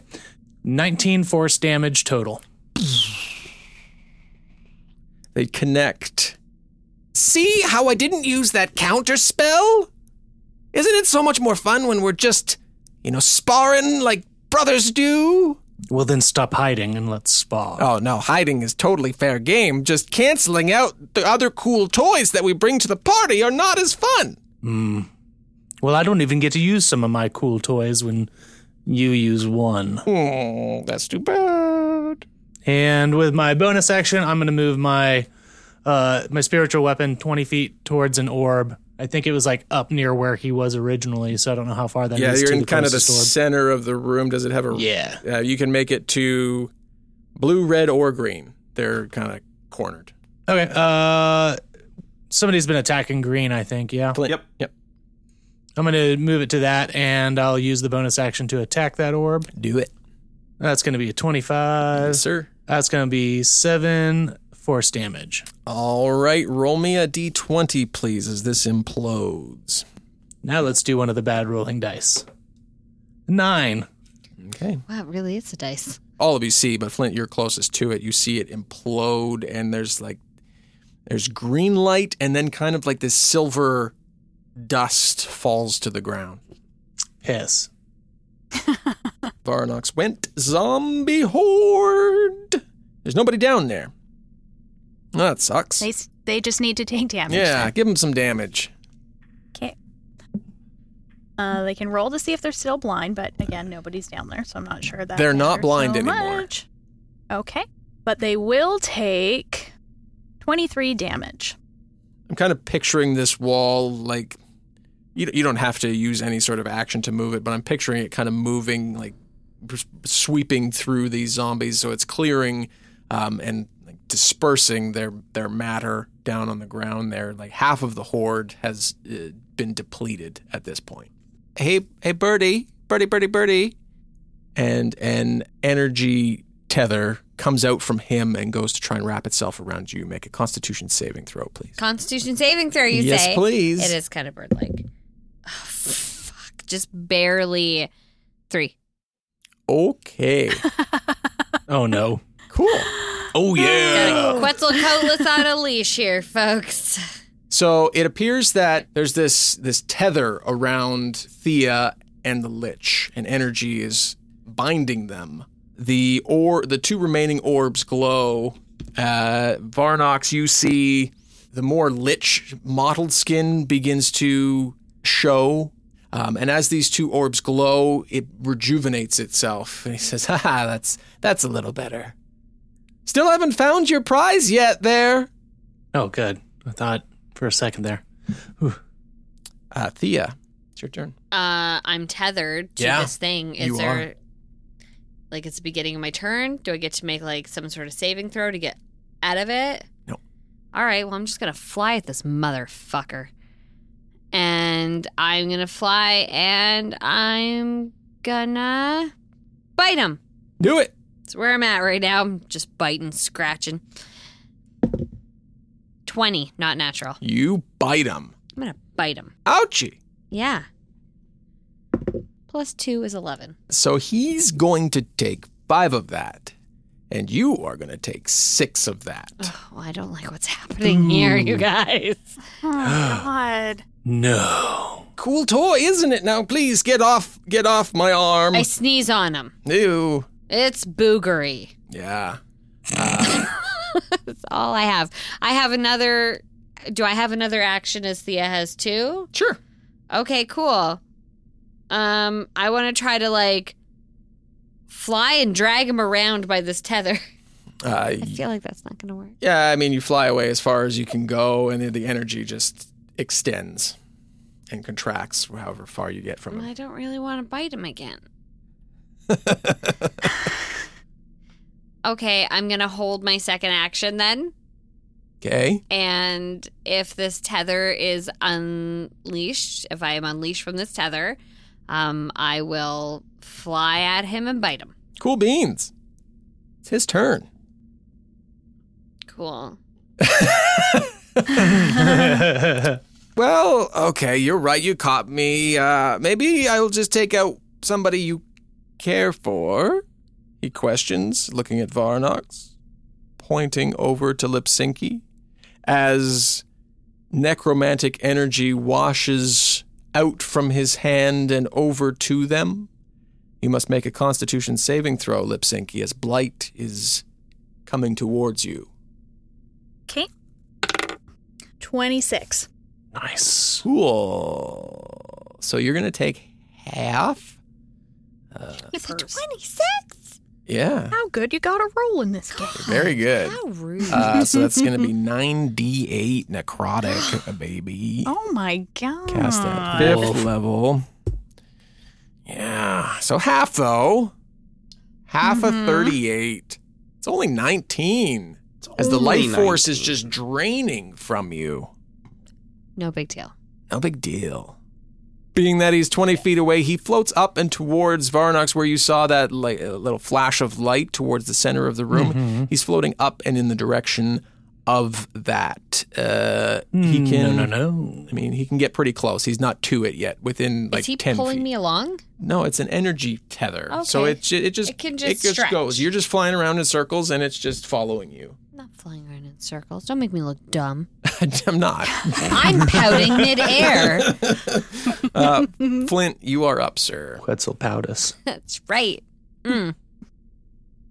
19 force damage total. They connect. See how I didn't use that counter spell? Isn't it so much more fun when we're just, you know, sparring like brothers do? Well, then stop hiding and let's spar. Oh no, hiding is totally fair game. Just canceling out the other cool toys that we bring to the party are not as fun. Well, I don't even get to use some of my cool toys when you use one. Hmm, that's too bad. And with my bonus action, I'm going to move my uh, my spiritual weapon 20 feet towards an orb. I think it was like up near where he was originally, so I don't know how far that Yeah, is you're to in the kind of the closest orb. center of the room. Does it have a? Yeah. Uh, you can make it to blue, red, or green. They're kind of cornered. Okay. Uh, somebody's been attacking green, I think. Yeah. Flint. Yep. Yep. I'm going to move it to that, and I'll use the bonus action to attack that orb. Do it, That's going to be a 25. sir. That's going to be seven force damage. All right, roll me a d20, please, as this implodes. Now let's do one of the bad rolling dice. Nine. Okay. Wow, it really is a dice. All of you see, but Flint, you're closest to it. You see it implode, and there's like There's green light, and then kind of like this silver dust falls to the ground. Piss. Varanox went zombie horde. There's nobody down there. That sucks. They s- they just need to take damage. Yeah, give him some damage. Okay. Uh, they can roll to see if they're still blind, but again, nobody's down there, so I'm not sure that They're not matters blind so anymore. much. Okay, but they will take 23 damage. I'm kind of picturing this wall like you you don't have to use any sort of action to move it, but I'm picturing it kind of moving like s- sweeping through these zombies so it's clearing um, and like dispersing their their matter down on the ground there. Like half of the horde has uh, been depleted at this point. Hey hey birdie, birdie birdie birdie. And an energy tether comes out from him and goes to try and wrap itself around you. Make a constitution saving throw, please. Constitution saving throw, you Yes, say? please. It is kind of bird like. fuck. Just barely three. Okay. Oh no. cool. Oh yeah. Got a Quetzalcoatlus on a leash here, folks. So it appears that there's this this tether around Thea and the Lich, and energy is binding them. The or the two remaining orbs glow. Uh, Varnox, you see the more Lich mottled skin begins to show. Um, and as these two orbs glow, it rejuvenates itself. And he says, "Ha ha, that's that's a little better." Still haven't found your prize yet, there. Oh good. I thought for a second there. Uh, Thea, it's your turn. Uh, I'm tethered to Yeah, this thing. Is you there are. like it's the beginning of my turn? Do I get to make like some sort of saving throw to get out of it? No. All right. Well, I'm just gonna fly at this motherfucker, and I'm gonna fly, and I'm gonna bite him. Do it. That's where I'm at right now. I'm just biting, scratching. 20, not natural. You bite him. I'm going to bite him. Ouchie. Yeah. Plus 2 is 11. So he's going to take five of that, and you are going to take six of that. Oh, I don't like what's happening here, you guys. Oh, God. No. Cool toy, isn't it? Now, please get off, get off my arm. I sneeze on him. Ew. It's boogery. Yeah. That's all I have. I have another. Do I have another action as Thea has two? Sure. Okay, cool. Um, I want to try to like fly and drag him around by this tether. Uh, I feel like that's not going to work. yeah. I mean, you fly away as far as you can go, and then the energy just extends and contracts however far you get from Well, I it. don't really want to bite him again. okay, I'm going to hold my second action then. Okay. And if this tether is unleashed, if I am unleashed from this tether, um, I will fly at him and bite him. Cool beans. It's his turn. Cool. Hmm, Well, okay, you're right. You caught me. Uh, maybe I'll just take out somebody you care for. He questions, looking at Varnox, pointing over to Lipsinki as necromantic energy washes out from his hand and over to them. You must make a constitution saving throw, Lipsinki, as blight is coming towards you. Okay. 26. Nice. Cool. So you're going to take half? It's a 26? Yeah. How good you got a roll in this game. Very good. How rude. Uh, so that's going to be 9d8 necrotic, uh, baby. Oh my God. Cast Ah. at fifth Wolf. level. Yeah. So half, though. Half a 38. It's only 19. As the only life force is 19. just draining from you. no big deal. No big deal. Being that he's 20 feet away, he floats up and towards Varnox, where you saw that li- uh, little flash of light towards the center of the room. Mm-hmm. He's floating up and in the direction of that. Uh, Hmm. he can. No, no, no. I mean, he can get pretty close. He's not to it yet. Within like is he 10 pulling feet. me along? No, it's an energy tether. So Okay. it ju- it just It can just stretch. goes. You're just flying around in circles, and it's just following you. I'm not flying around in in circles. Don't make me look dumb. I'm not. I'm pouting midair. Uh, Flint, you are up, sir. Quetzalpowdus. That's right. Mm.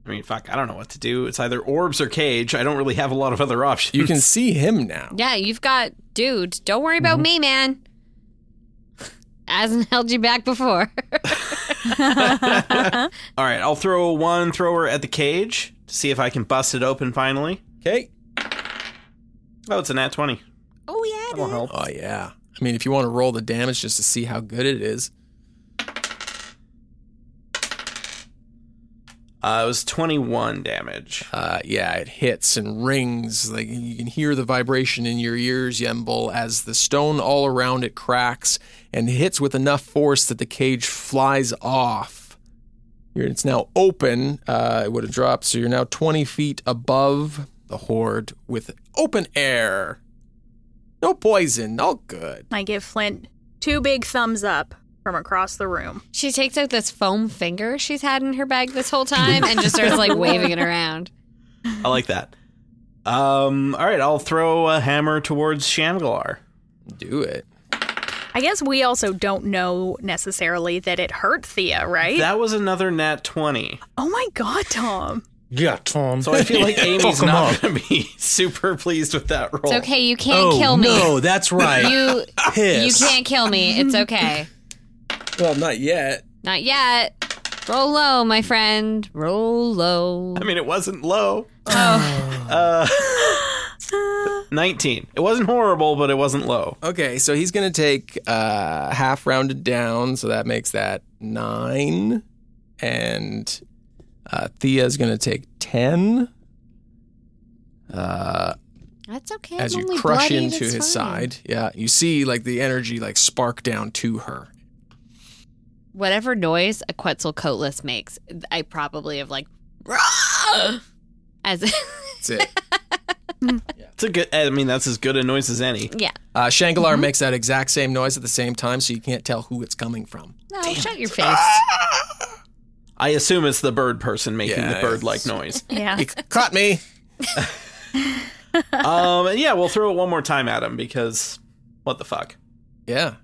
I mean, fuck, I don't know what to do. It's either orbs or cage. I don't really have a lot of other options. You can see him now. Yeah, you've got dude. Don't worry Mm-hmm. about me, man. Hasn't held you back before. All right, I'll throw one thrower at the cage to see if I can bust it open finally. Okay. Oh, it's a nat Uh, 20. oh yeah. That will help. Oh yeah. I mean, if you want to roll the damage just to see how good it is, Uh, it was 21 damage. uh, yeah, it hits and rings. Like you can hear the vibration in your ears, Yemble, as the stone all around it cracks and hits with enough force that the cage flies off. You're- It's now open. Uh, it would have dropped, so you're now 20 feet above the horde with open air. No poison, all good. I give Flint two big thumbs up from across the room. She takes out this foam finger she's had in her bag this whole time and just starts like waving it around. I like that. Um, all right, I'll throw a hammer towards Shamgalar. Do it. I guess we also don't know necessarily that it hurt Thea, right? That was another nat 20. oh my god, Tom. Yeah, Tom. So I feel like Amy's Fuck 'em not up. going to be super pleased with that roll. It's okay. You can't Oh kill me. no, that's right. You Ah, you Piss. can't kill me. It's okay. Well, not yet. Not yet. Roll low, my friend. Roll low. I mean, it wasn't low. Oh. Uh, 19. It wasn't horrible, but it wasn't low. Okay, so he's going to take uh, half rounded down, so that makes that nine. And uh, Thea's going to take 10 uh, That's okay. as I'm you only crush bloodied, into it's his fine. side. Yeah, you see like the energy like spark down to her. Whatever noise a Quetzalcoatlus makes, I probably have like "Rah!" as That's it. It's a good, I mean, that's as good a noise as any. yeah. uh, Shangalar makes that exact same noise at the same time, so you can't tell who it's coming from. No, shut your face. Ah! I assume it's the bird person making Yeah, the bird like noise. Yeah. He caught me. um, and yeah, we'll throw it one more time at him because what the fuck? Yeah.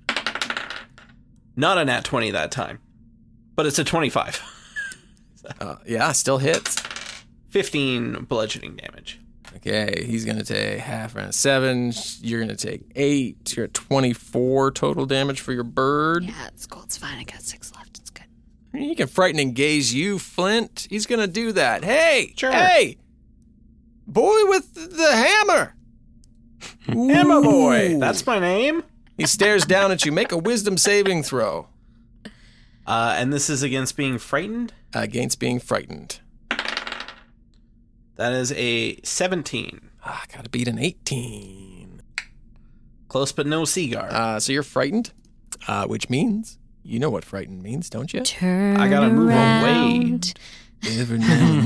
Not a nat 20 that time, but it's a 25. Uh, yeah, still hits. 15 bludgeoning damage. Okay, he's gonna take half round seven. You're gonna take eight. You're at twenty-four total damage for your bird. yeah, it's cool. It's fine. I got six left. It's good. He can frighten and gaze you, Flint. He's gonna do that. Hey, Sure. hey, boy with the hammer. hammer boy. That's my name. He stares down at you. Make a wisdom saving throw Uh, and this is against being frightened. against being frightened. That is a 17. Ah, gotta beat an eighteen. Close but no cigar. Uh, so you're frightened, uh, which means you know what frightened means, don't you? Turn I gotta move away. around. Every now and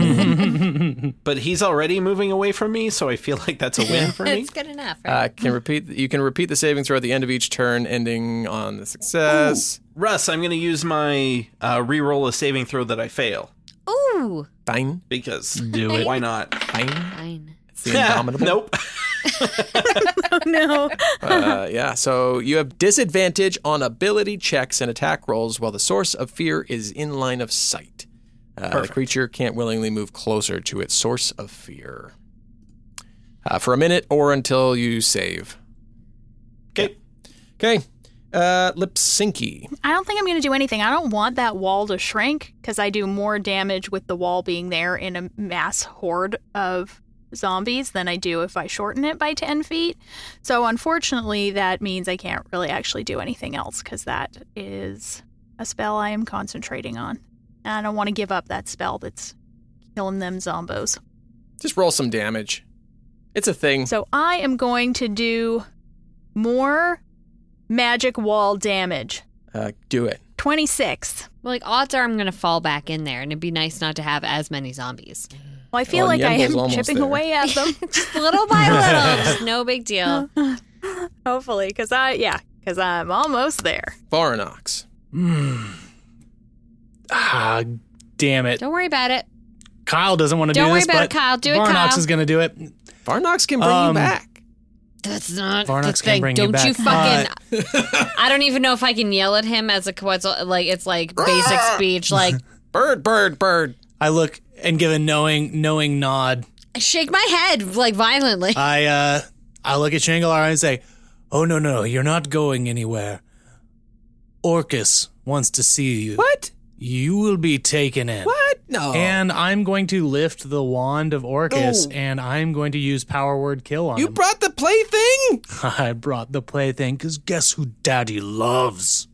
then. But he's already moving away from me, so I feel like that's a win for me. It's good enough, right? Uh, can repeat. You can repeat the saving throw at the end of each turn, ending on the success. Russ, I'm going to use my uh, reroll a saving throw that I fail Ooh, Fine, because why not? fine. fine. It's the indomitable. nope. no. Uh, yeah. So you have disadvantage on ability checks and attack rolls while the source of fear is in line of sight. Uh, the Perfect. creature can't willingly move closer to its source of fear uh, for a minute or until you save. Okay. Okay. Uh, Lipsinki. I don't think I'm going to do anything. I don't want that wall to shrink because I do more damage with the wall being there in a mass horde of zombies than I do if I shorten it by 10 feet. So, unfortunately, that means I can't really actually do anything else because that is a spell I am concentrating on. And I don't want to give up that spell that's killing them zombos. Just roll some damage. It's a thing. So, I am going to do more magic wall damage. Uh, do it. 26. Well, like odds are I'm gonna fall back in there, and it'd be nice not to have as many zombies. Well, I feel Well, like I Yemble's am almost chipping there. away at them, Just little by little, just no big deal. hopefully, because I, yeah, because I'm almost there. Varanox. ah, damn it. Don't worry about it. Kyle doesn't want to Don't do worry this. about it, but Kyle. Do it, Varnox Kyle. is going to do it. Varnox can bring you Um, back. That's not Varnox the can thing. bring you Don't you, back. fucking. I don't even know if I can yell at him as a Quetzal. Like, it's like basic speech. Like, Bird, bird, bird. I look and give a knowing knowing nod. I shake my head, like, violently. I uh I look at Shangalar and say, "Oh no, no, you're not going anywhere. Orcus wants to see you. What? You will be taken in." Oh. What? No. And I'm going to lift the wand of Orcus No. and I'm going to use power word kill on you him. brought the plaything? I brought the plaything because guess who daddy loves?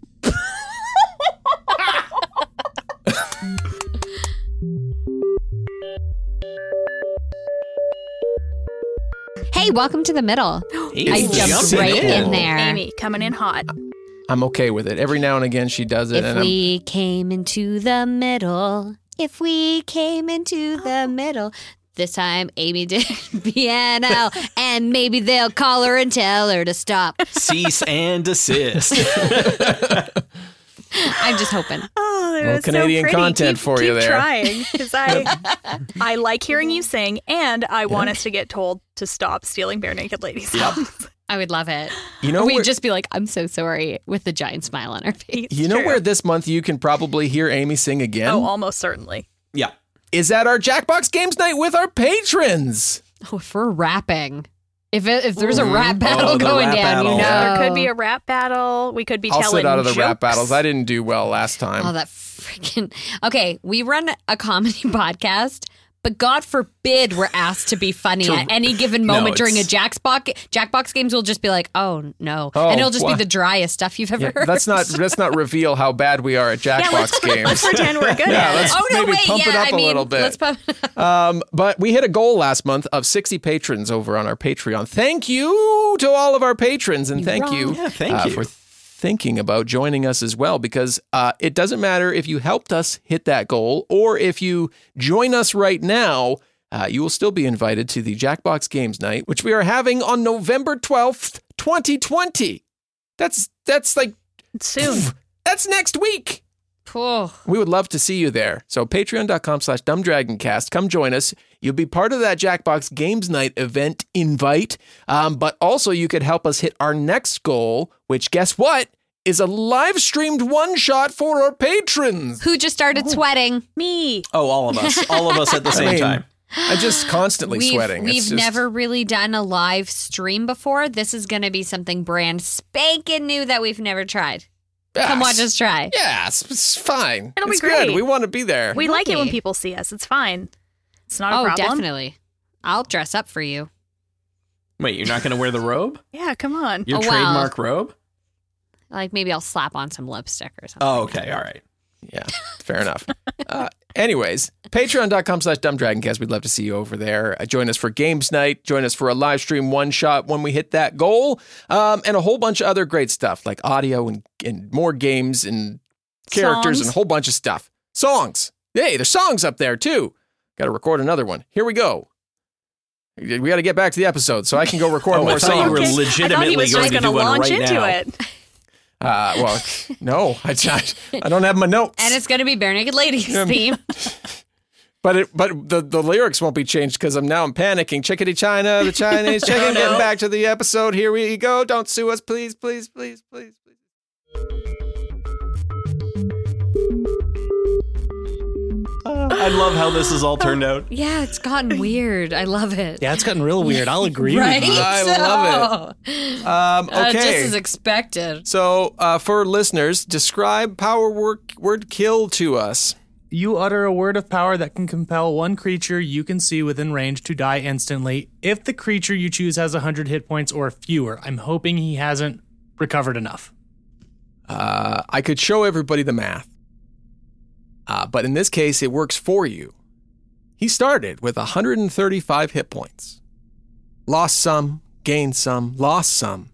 hey, welcome to the middle. I jumped jumping right in. in, there. Amy coming in hot. I'm okay with it. Every now and again, she does it, If and I'm we came into the middle, if we came into the middle, this time Amy did piano, and maybe they'll call her and tell her to stop. Cease and desist. I'm just hoping. Oh, that Well, was so Canadian pretty. content Keep- for you keep there. Trying because I I like hearing you sing, and I want us to get told to stop stealing bare naked ladies songs. I would love it. You know We'd where- just be like, "I'm so sorry," with a giant smile on our face. It's You know true. where this month you can probably hear Amy sing again? Oh, almost certainly. yeah. Is at our Jackbox Games Night with our patrons. Oh, if we're rapping, if it, if there's a Mm-hmm. rap battle Oh, the going rap down, battle. you know, Yeah, There could be a rap battle. We could be I'll telling sit out of the jokes. rap battles. I didn't do well last time. Oh, that freaking. Okay, we run a comedy podcast, but God forbid we're asked to be funny at any given No, moment during a it's- Jackbox Jackbox games. We'll just be like, "Oh no," Oh, and it'll just wha- be the driest stuff you've ever Yeah, heard. let's not let's not reveal how bad we are at yeah, let's, Jackbox let's games. pretend we're good Yeah, at let's it. Oh no! maybe wait, pump it yeah, up I a mean, little bit. Let's pump. Um, but we hit a goal last month of 60 patrons over on our Patreon. Thank you to all of our patrons, and thank you, uh, Yeah, thank you. for thinking about joining us as well. Because uh, it doesn't matter if you helped us hit that goal or if you join us right now. Uh, you will still be invited to the Jackbox Games Night, which we are having on November twelfth, twenty twenty. That's that's like Soon. that's next week. Oh, We would love to see you there. So patreon.com slash dumbdragoncast. Come join us. You'll be part of that Jackbox Games Night event invite. Um, but also you could help us hit our next goal, which guess what? Is a live streamed one shot for our patrons. who just started sweating? Me. Oh, all of us. All of us at the same mean, time. I'm just constantly we've sweating. It's we've just- never really done a live stream before. This is going to be something brand spanking new that we've never tried. Yeah, Come watch it's- us try. Yeah, it's, it's fine. It'll be it's great. good. We want to be there. We like it when Hey. people see us. It's fine. It's not a oh, problem. definitely. I'll dress up for you. Wait, you're not going to wear the robe? Yeah, come on. Your Oh, well. trademark robe? Like maybe I'll slap on some lipstick or something. Oh, okay. All right. Yeah, fair enough. Uh, anyways, patreon.com slash dumbdragoncast. We'd love to see you over there. Uh, join us for games night. Join us for a live stream one shot when we hit that goal. Um, and a whole bunch of other great stuff like audio and, and more games and characters and Songs. a whole bunch of stuff. Songs. Hey, there's songs up there too. Got to record another one. Here we go. We got to get back to the episode so I can go record Oh, I more thought you songs. were Okay. I thought legitimately he was going just to gonna do one launch right into now. it. Uh, well, no, I, I don't have my notes. And it's gonna be bare naked ladies theme. But it, but the, the lyrics won't be changed because I'm now I'm panicking. Chickadee China, the Chinese chicken. Getting back to the episode. Here we go. Don't sue us, please, please, please, please, please. Uh, I love how this has all turned out. yeah, it's gotten weird. I love it. Yeah, it's gotten real weird. I'll agree Right? with you. I love it. Um, okay. Uh, just as expected. so uh, for listeners, describe power word, word kill to us. You utter a word of power that can compel one creature you can see within range to die instantly if the creature you choose has 100 hit points or fewer. I'm hoping he hasn't recovered enough. Uh, I could show everybody the math, uh, but in this case, it works for you. He started with 135 hit points, lost some, gained some, lost some,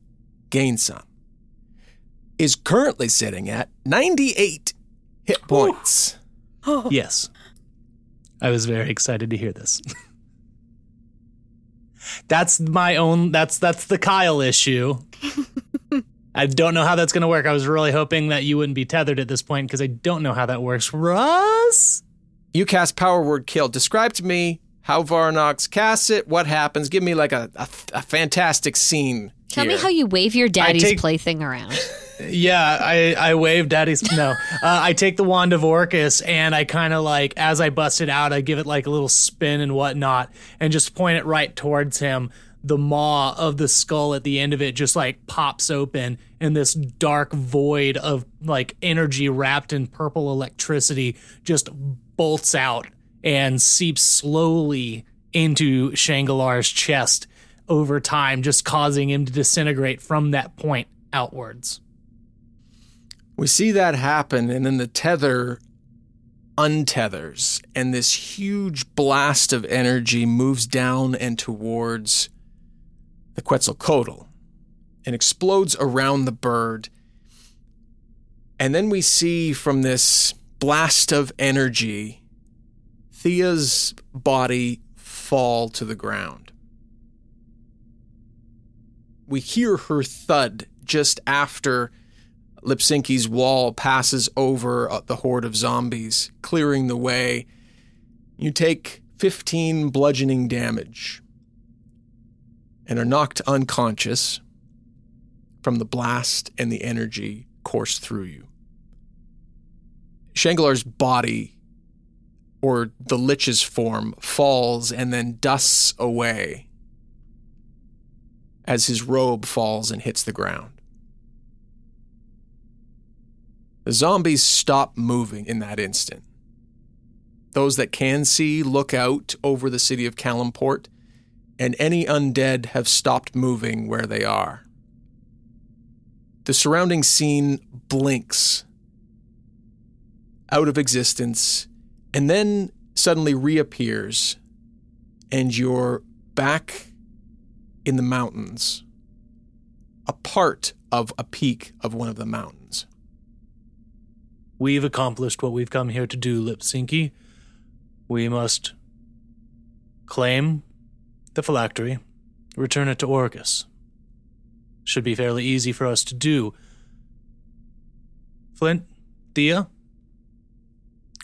gained some. Is currently sitting at 98 hit points. Yes. I was very excited to hear this. that's my own that's that's the Kyle issue. I don't know how that's going to work. I was really hoping that you wouldn't be tethered at this point because I don't know how that works. Russ? You cast Power Word Kill. Describe to me how Varnox casts it, what happens. Give me like a, a, a fantastic scene. Tell me here. how you wave your daddy's take- plaything around. Yeah, I, I wave daddy's no. Uh, I take the wand of Orcus and I kind of like as I bust it out, I give it like a little spin and whatnot, and just point it right towards him. The maw of the skull at the end of it just like pops open, and this dark void of like energy wrapped in purple electricity just bolts out and seeps slowly into Shangalar's chest over time, just causing him to disintegrate from that point outwards. We see that happen, and then the tether untethers, and this huge blast of energy moves down and towards the Quetzalcoatl and explodes around the bird. And then we see from this blast of energy Thea's body fall to the ground. We hear her thud just after Lipsinki's wall passes over uh, the horde of zombies, clearing the way. You take 15 bludgeoning damage and are knocked unconscious from the blast and the energy course through you. Shangalar's body, or the Lich's form, falls and then dusts away as his robe falls and hits the ground. The zombies stop moving in that instant. Those that can see look out over the city of Kalimport, and any undead have stopped moving where they are. The surrounding scene blinks out of existence and then suddenly reappears, and you're back in the mountains, a part of a peak of one of the mountains. We've accomplished what we've come here to do, Lipsinki. We must claim the phylactery, return it to Orcus. Should be fairly easy for us to do. Flint, Thea,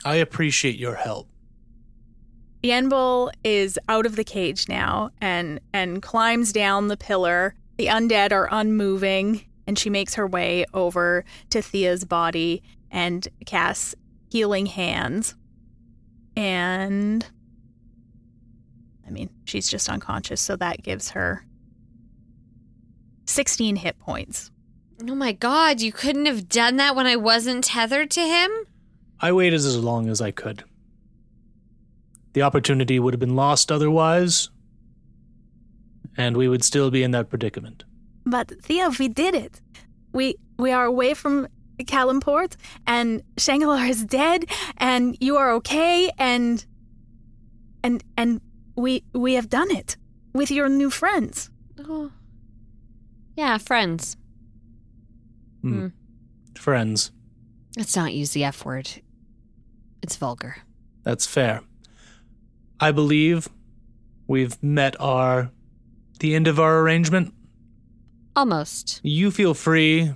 I appreciate your help. Yenbul is out of the cage now and and climbs down the pillar. The undead are unmoving, and she makes her way over to Thea's body and casts healing hands. And I mean, she's just unconscious, so that gives her 16 hit points. oh my god, you couldn't have done that when I wasn't tethered to him? I waited as long as I could. The opportunity would have been lost otherwise, and we would still be in that predicament. But Thea, we did it. We we are away from Kalimport, and Shangalar is dead, and you are okay, and and and we we have done it with your new friends. Oh. Yeah, friends. Hmm. Friends. Let's not use the F word. It's vulgar. That's fair. I believe we've met our the end of our arrangement. Almost. You feel free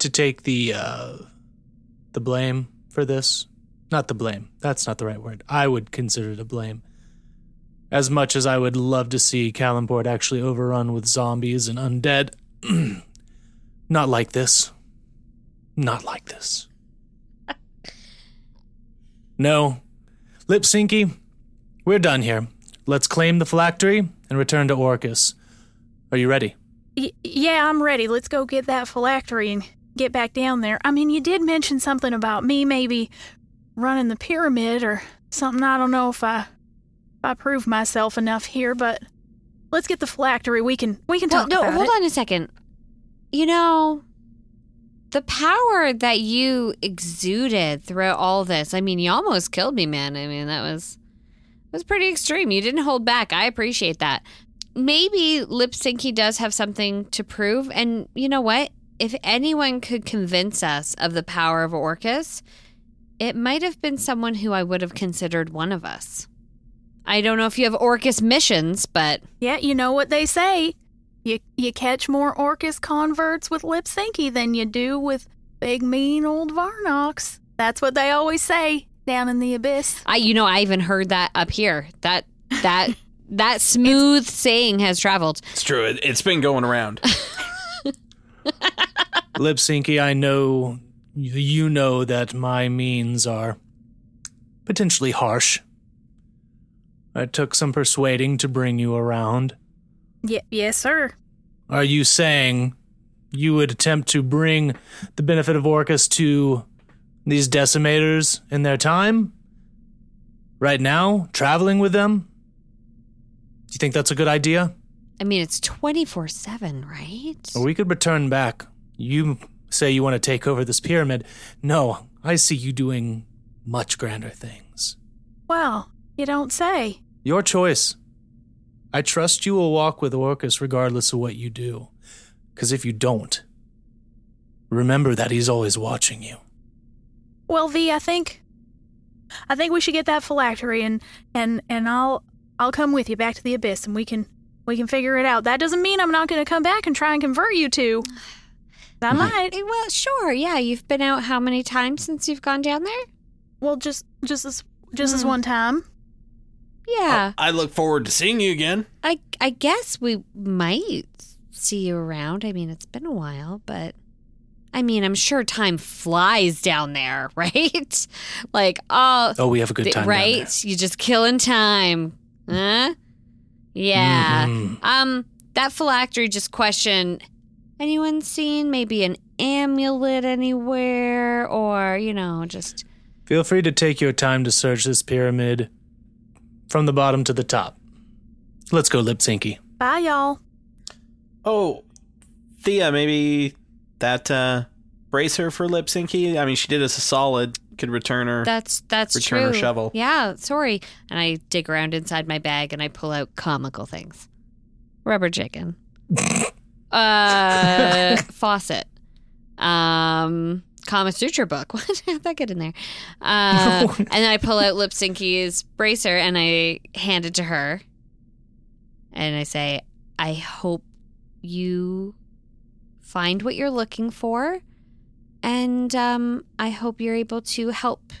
to take the uh the blame for this. Not the blame. That's not the right word. I would consider it a blame. As much as I would love to see Kalimport actually overrun with zombies and undead. not like this. Not like this. No. Lipsinki, we're done here. Let's claim the phylactery and return to Orcus. Are you ready? Y- yeah, I'm ready. Let's go get that phylactery and get back down there. I mean, you did mention something about me maybe running the pyramid or something. I don't know if I if I prove myself enough here, but let's get the phylactery. We can we can Well, talk no, about hold it. on a second. You know, the power that you exuded throughout all this. I mean, you almost killed me, man. I mean, that was that was pretty extreme. You didn't hold back. I appreciate that. Maybe Lip Syncy does have something to prove, and you know what? If anyone could convince us of the power of Orcus, it might have been someone who I would have considered one of us. I don't know if you have Orcus missions, but Yeah, you know what they say. You you catch more Orcus converts with Lipsinky than you do with big mean old Varnox. That's what they always say. down in the abyss. I, you know, I even heard that up here. That that that smooth saying has traveled. It's true. It, it's been going around. Lipsinky, I know you know that my means are potentially harsh. I took some persuading to bring you around. Yeah, yes, sir. Are you saying you would attempt to bring the benefit of Orcus to these decimators in their time? Right now, traveling with them? Do you think that's a good idea? I mean, it's twenty four seven, right? Or we could return back. You say you want to take over this pyramid. No, I see you doing much grander things. Well, you don't say. Your choice. I trust you will walk with Orcus regardless of what you do. Because if you don't, remember that he's always watching you. Well, V, I think, I think we should get that phylactery, and and and I'll I'll come with you back to the abyss, and we can we can figure it out. That doesn't mean I'm not going to come back and try and convert you to. I might. Eh, Well, sure. Yeah, you've been out how many times since you've gone down there? Well, just just this just this one time. Yeah, I look forward to seeing you again. I I guess we might see you around. I mean, it's been a while, but I mean, I'm sure time flies down there, right? like, oh, Oh, we have a good Th- time. down right? there. You're just killing time. Huh? Yeah. Mhm. Um, that phylactery just question anyone seen maybe an amulet anywhere or, you know, just Feel free to take your time to search this pyramid from the bottom to the top. Let's go, Lipsinky. Bye, y'all. Oh, Thea, maybe that uh, bracer for Lipsinky. I mean, she did us a solid. Could return her. that's that's Return true. or shovel. Yeah, sorry. And I dig around inside my bag and I pull out comical things. Rubber chicken. uh faucet. Um Kama Sutra book. What? How'd that get in there? Uh, and then I pull out Lipsinki's bracer and I hand it to her. And I say, I hope you find what you're looking for. And um, I hope you're able to help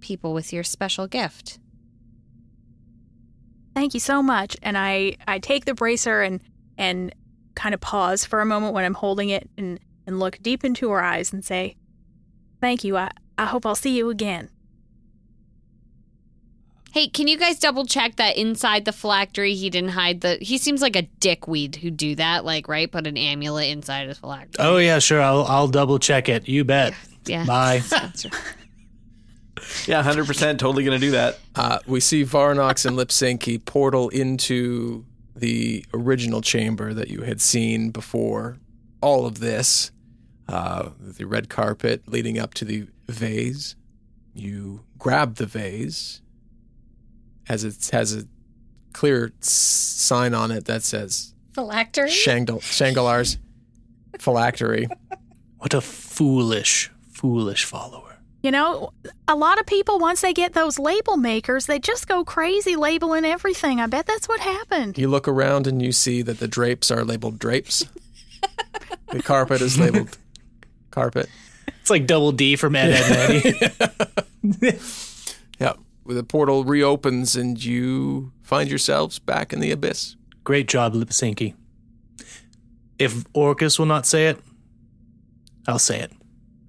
people with your special gift. Thank you so much. And I I take the bracer and and kind of pause for a moment when I'm holding it and and look deep into her eyes and say, "Thank you. I I hope I'll see you again." Hey, can you guys double check that inside the phylactery he didn't hide the? He seems like a dickweed who do that, like right, put an amulet inside his phylactery. Oh yeah, sure. I'll I'll double check it. You bet. Yeah. Bye. That's right. yeah, hundred percent. Totally gonna do that. Uh, we see Varnox and Lipsinki portal into the original chamber that you had seen before all of this. Uh, the red carpet leading up to the vase. You grab the vase as it has a clear s- sign on it that says Phylactery. Shangdal- Shangalar's phylactery. What a foolish, foolish follower. You know, a lot of people once they get those label makers, they just go crazy labeling everything. I bet that's what happened. You look around and you see that the drapes are labeled drapes. the carpet is labeled carpet. It's like double D from Ed Ed and Eddie. Yeah. Well, The portal reopens and you find yourselves back in the abyss. Great job, Lipsinky. If Orcus will not say it, I'll say it.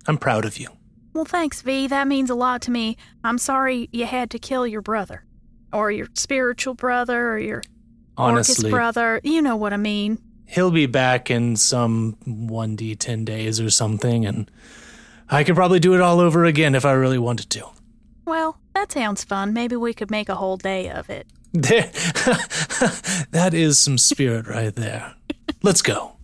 I'm proud of you. Well, thanks, V. That means a lot to me. I'm sorry you had to kill your brother, or your spiritual brother, or your Honestly, Orcus brother. You know what I mean. he'll be back in some 1D 10 days or something, and I could probably do it all over again if I really wanted to. Well, that sounds fun. Maybe we could make a whole day of it. There, that is some spirit right there. Let's go.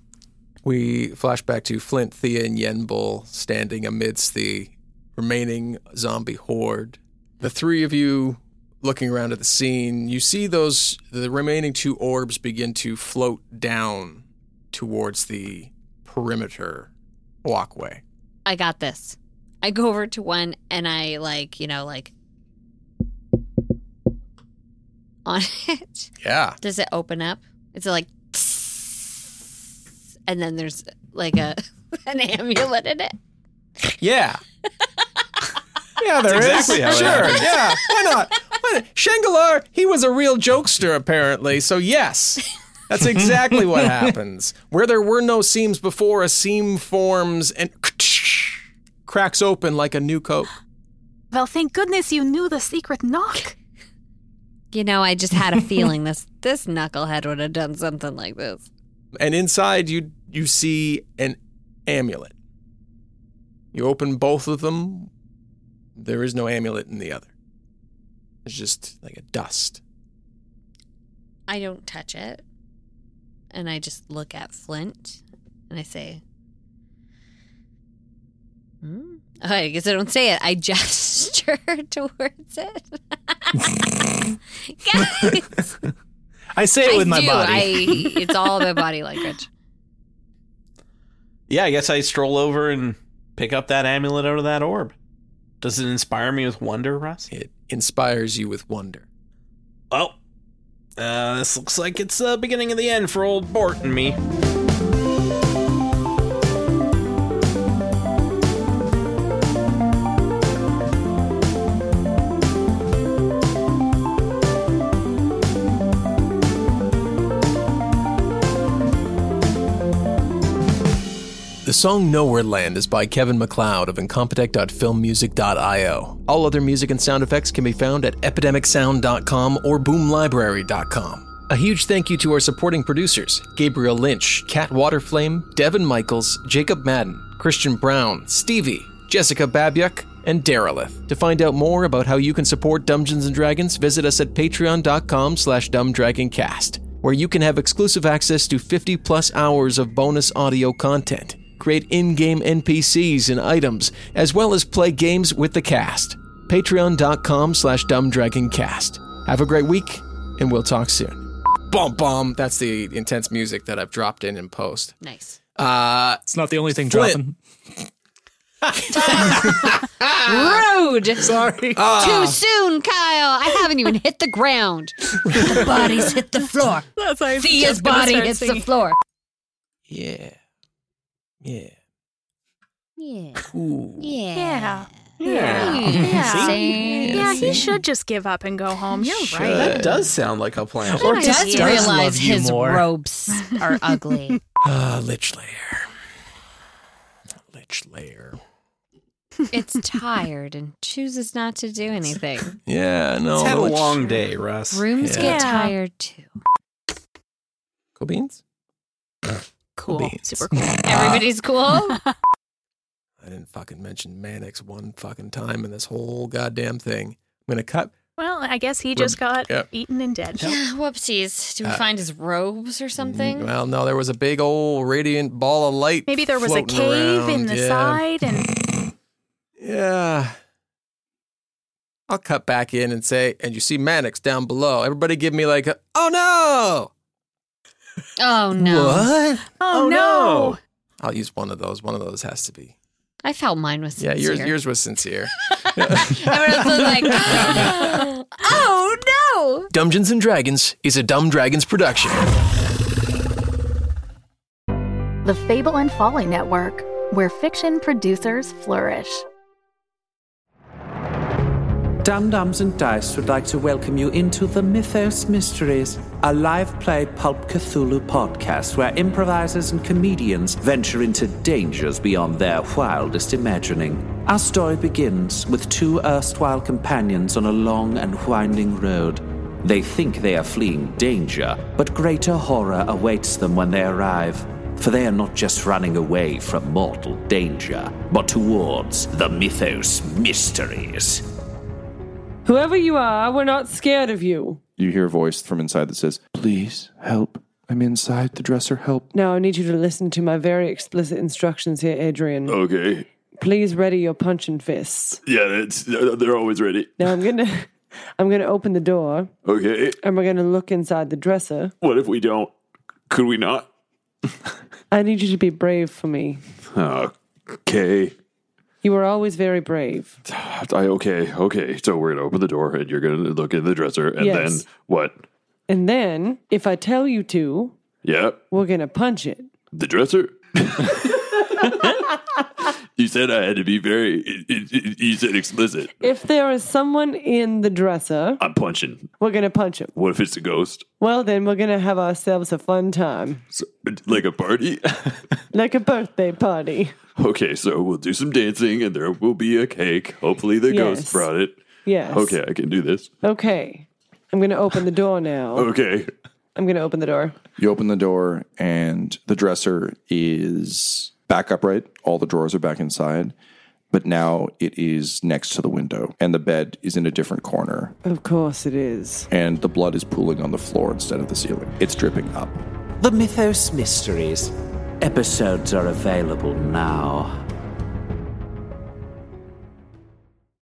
We flash back to Flint, Thea, and Yenbul standing amidst the remaining zombie horde. The three of you looking around at the scene, you see those the remaining two orbs begin to float down towards the perimeter walkway. I got this. I go over to one and I like, you know, like on it. Yeah. Does it open up? Is it like, and then there's like a an amulet in it? Yeah. Yeah, there is. exactly how it sure. happened. Yeah. Why not? Why not? Shangalar, he was a real jokester, apparently. So, yes, that's exactly what happens. Where there were no seams before, a seam forms and cracks open like a new coat. Well, thank goodness you knew the secret knock. You know, I just had a feeling this this knucklehead would have done something like this. And inside, you you see an amulet. You open both of them. There is no amulet in the other. It's just like a dust. I don't touch it. And I just look at Flint and I say, hmm? Oh, I guess I don't say it. I gesture towards it. Guys! I say it with I my do. body. I, it's all about body language. Yeah, I guess I stroll over and pick up that amulet out of that orb. Does it inspire me with wonder, Ross? It inspires you with wonder. Well, uh, this looks like it's the beginning of the end for old Bort and me. The song Nowhere Land is by Kevin McLeod of incompetech.filmmusic.io. All other music and sound effects can be found at epidemicsound.com or boomlibrary.com. A huge thank you to our supporting producers Gabriel Lynch, Kat Waterflame, Devin Michaels, Jacob Madden, Christian Brown, Stevie, Jessica Babyuk, and Derelith. To find out more about how you can support Dungeons and Dragons, visit us at patreon.com slash dumbdragoncast, where you can have exclusive access to 50 plus hours of bonus audio content, create in-game NPCs and items, as well as play games with the cast. Patreon.com slash dumbdragoncast. Have a great week, and we'll talk soon. Bum bum. That's the intense music that I've dropped in in post. Nice. Uh it's not the only thing Flint. dropping. Rude! Ah! Sorry. Ah. Too soon, Kyle. I haven't even hit the ground. the body's hit the floor. That's how I was Thea's just gonna body start hits the singing. floor. Yeah. Yeah. Yeah. Ooh. Yeah. Yeah. Yeah. Yeah. See? Yeah, he should just give up and go home. You're right. That does sound like a plan. He does does realize love you his more. robes are ugly. Ah, Lich Lair. Lich Lair. it's tired and chooses not to do anything. Yeah, no. It's had a Lich- Oh, long day, Russ. Rooms Yeah. get Yeah. tired too. Cool beans? Cool. Beans. Super cool. Everybody's cool. I didn't fucking mention Mannix one fucking time in this whole goddamn thing. I'm gonna cut. Well, I guess he just got Yep. eaten and dead. Whoopsies. Do we find his robes or something? Mm, Well, no, there was a big old radiant ball of light. Maybe there was a floating cave in around. the Yeah. side and Yeah. I'll cut back in and say, and you see Mannix down below. Everybody give me like, a, oh no! oh no. What? Oh, Oh, no. no. I'll use one of those. One of those has to be. I felt mine was Yeah, sincere. yours yours was sincere. Everyone was like, oh no. Dungeons and Dragons is a Dumb Dragons production. The Fable and Folly Network, where fiction producers flourish. Dum Dums and Dice would like to welcome you into the Mythos Mysteries, a live play Pulp Cthulhu podcast where improvisers and comedians venture into dangers beyond their wildest imagining. Our story begins with two erstwhile companions on a long and winding road. They think they are fleeing danger, but greater horror awaits them when they arrive, for they are not just running away from mortal danger, but towards the Mythos Mysteries. Whoever you are, we're not scared of you. You hear a voice from inside that says, Please help. I'm inside the dresser. Help. Now, I need you to listen to my very explicit instructions here, Adrian. Okay. Please ready your punch and fists. Yeah, that's, they're always ready. Now, I'm gonna, I'm gonna open the door, Okay. and we're gonna look inside the dresser. What if we don't? Could we not? I need you to be brave for me. Okay. You were always very brave. I, okay. Okay. So we're going to open the door and you're going to look in the dresser and Yes. then what? And then, if I tell you to, Yeah. we're gonna punch it. The dresser? You said I had to be very. You said explicit. If there is someone in the dresser, I'm punching. we're going to punch him. What if it's a ghost? Well, then we're going to have ourselves a fun time, So, like a party? like a birthday party. okay, so we'll do some dancing and there will be a cake. Hopefully the Yes. ghost brought it. Yes. Okay, I can do this. Okay. I'm going to open the door now. Okay. I'm going to open the door. You open the door, and the dresser is back upright. All the drawers are back inside, but now it is next to the window, and the bed is in a different corner, Of course it is. and the blood is pooling on the floor instead of the ceiling. It's dripping up. The Mythos Mysteries. Episodes are available now.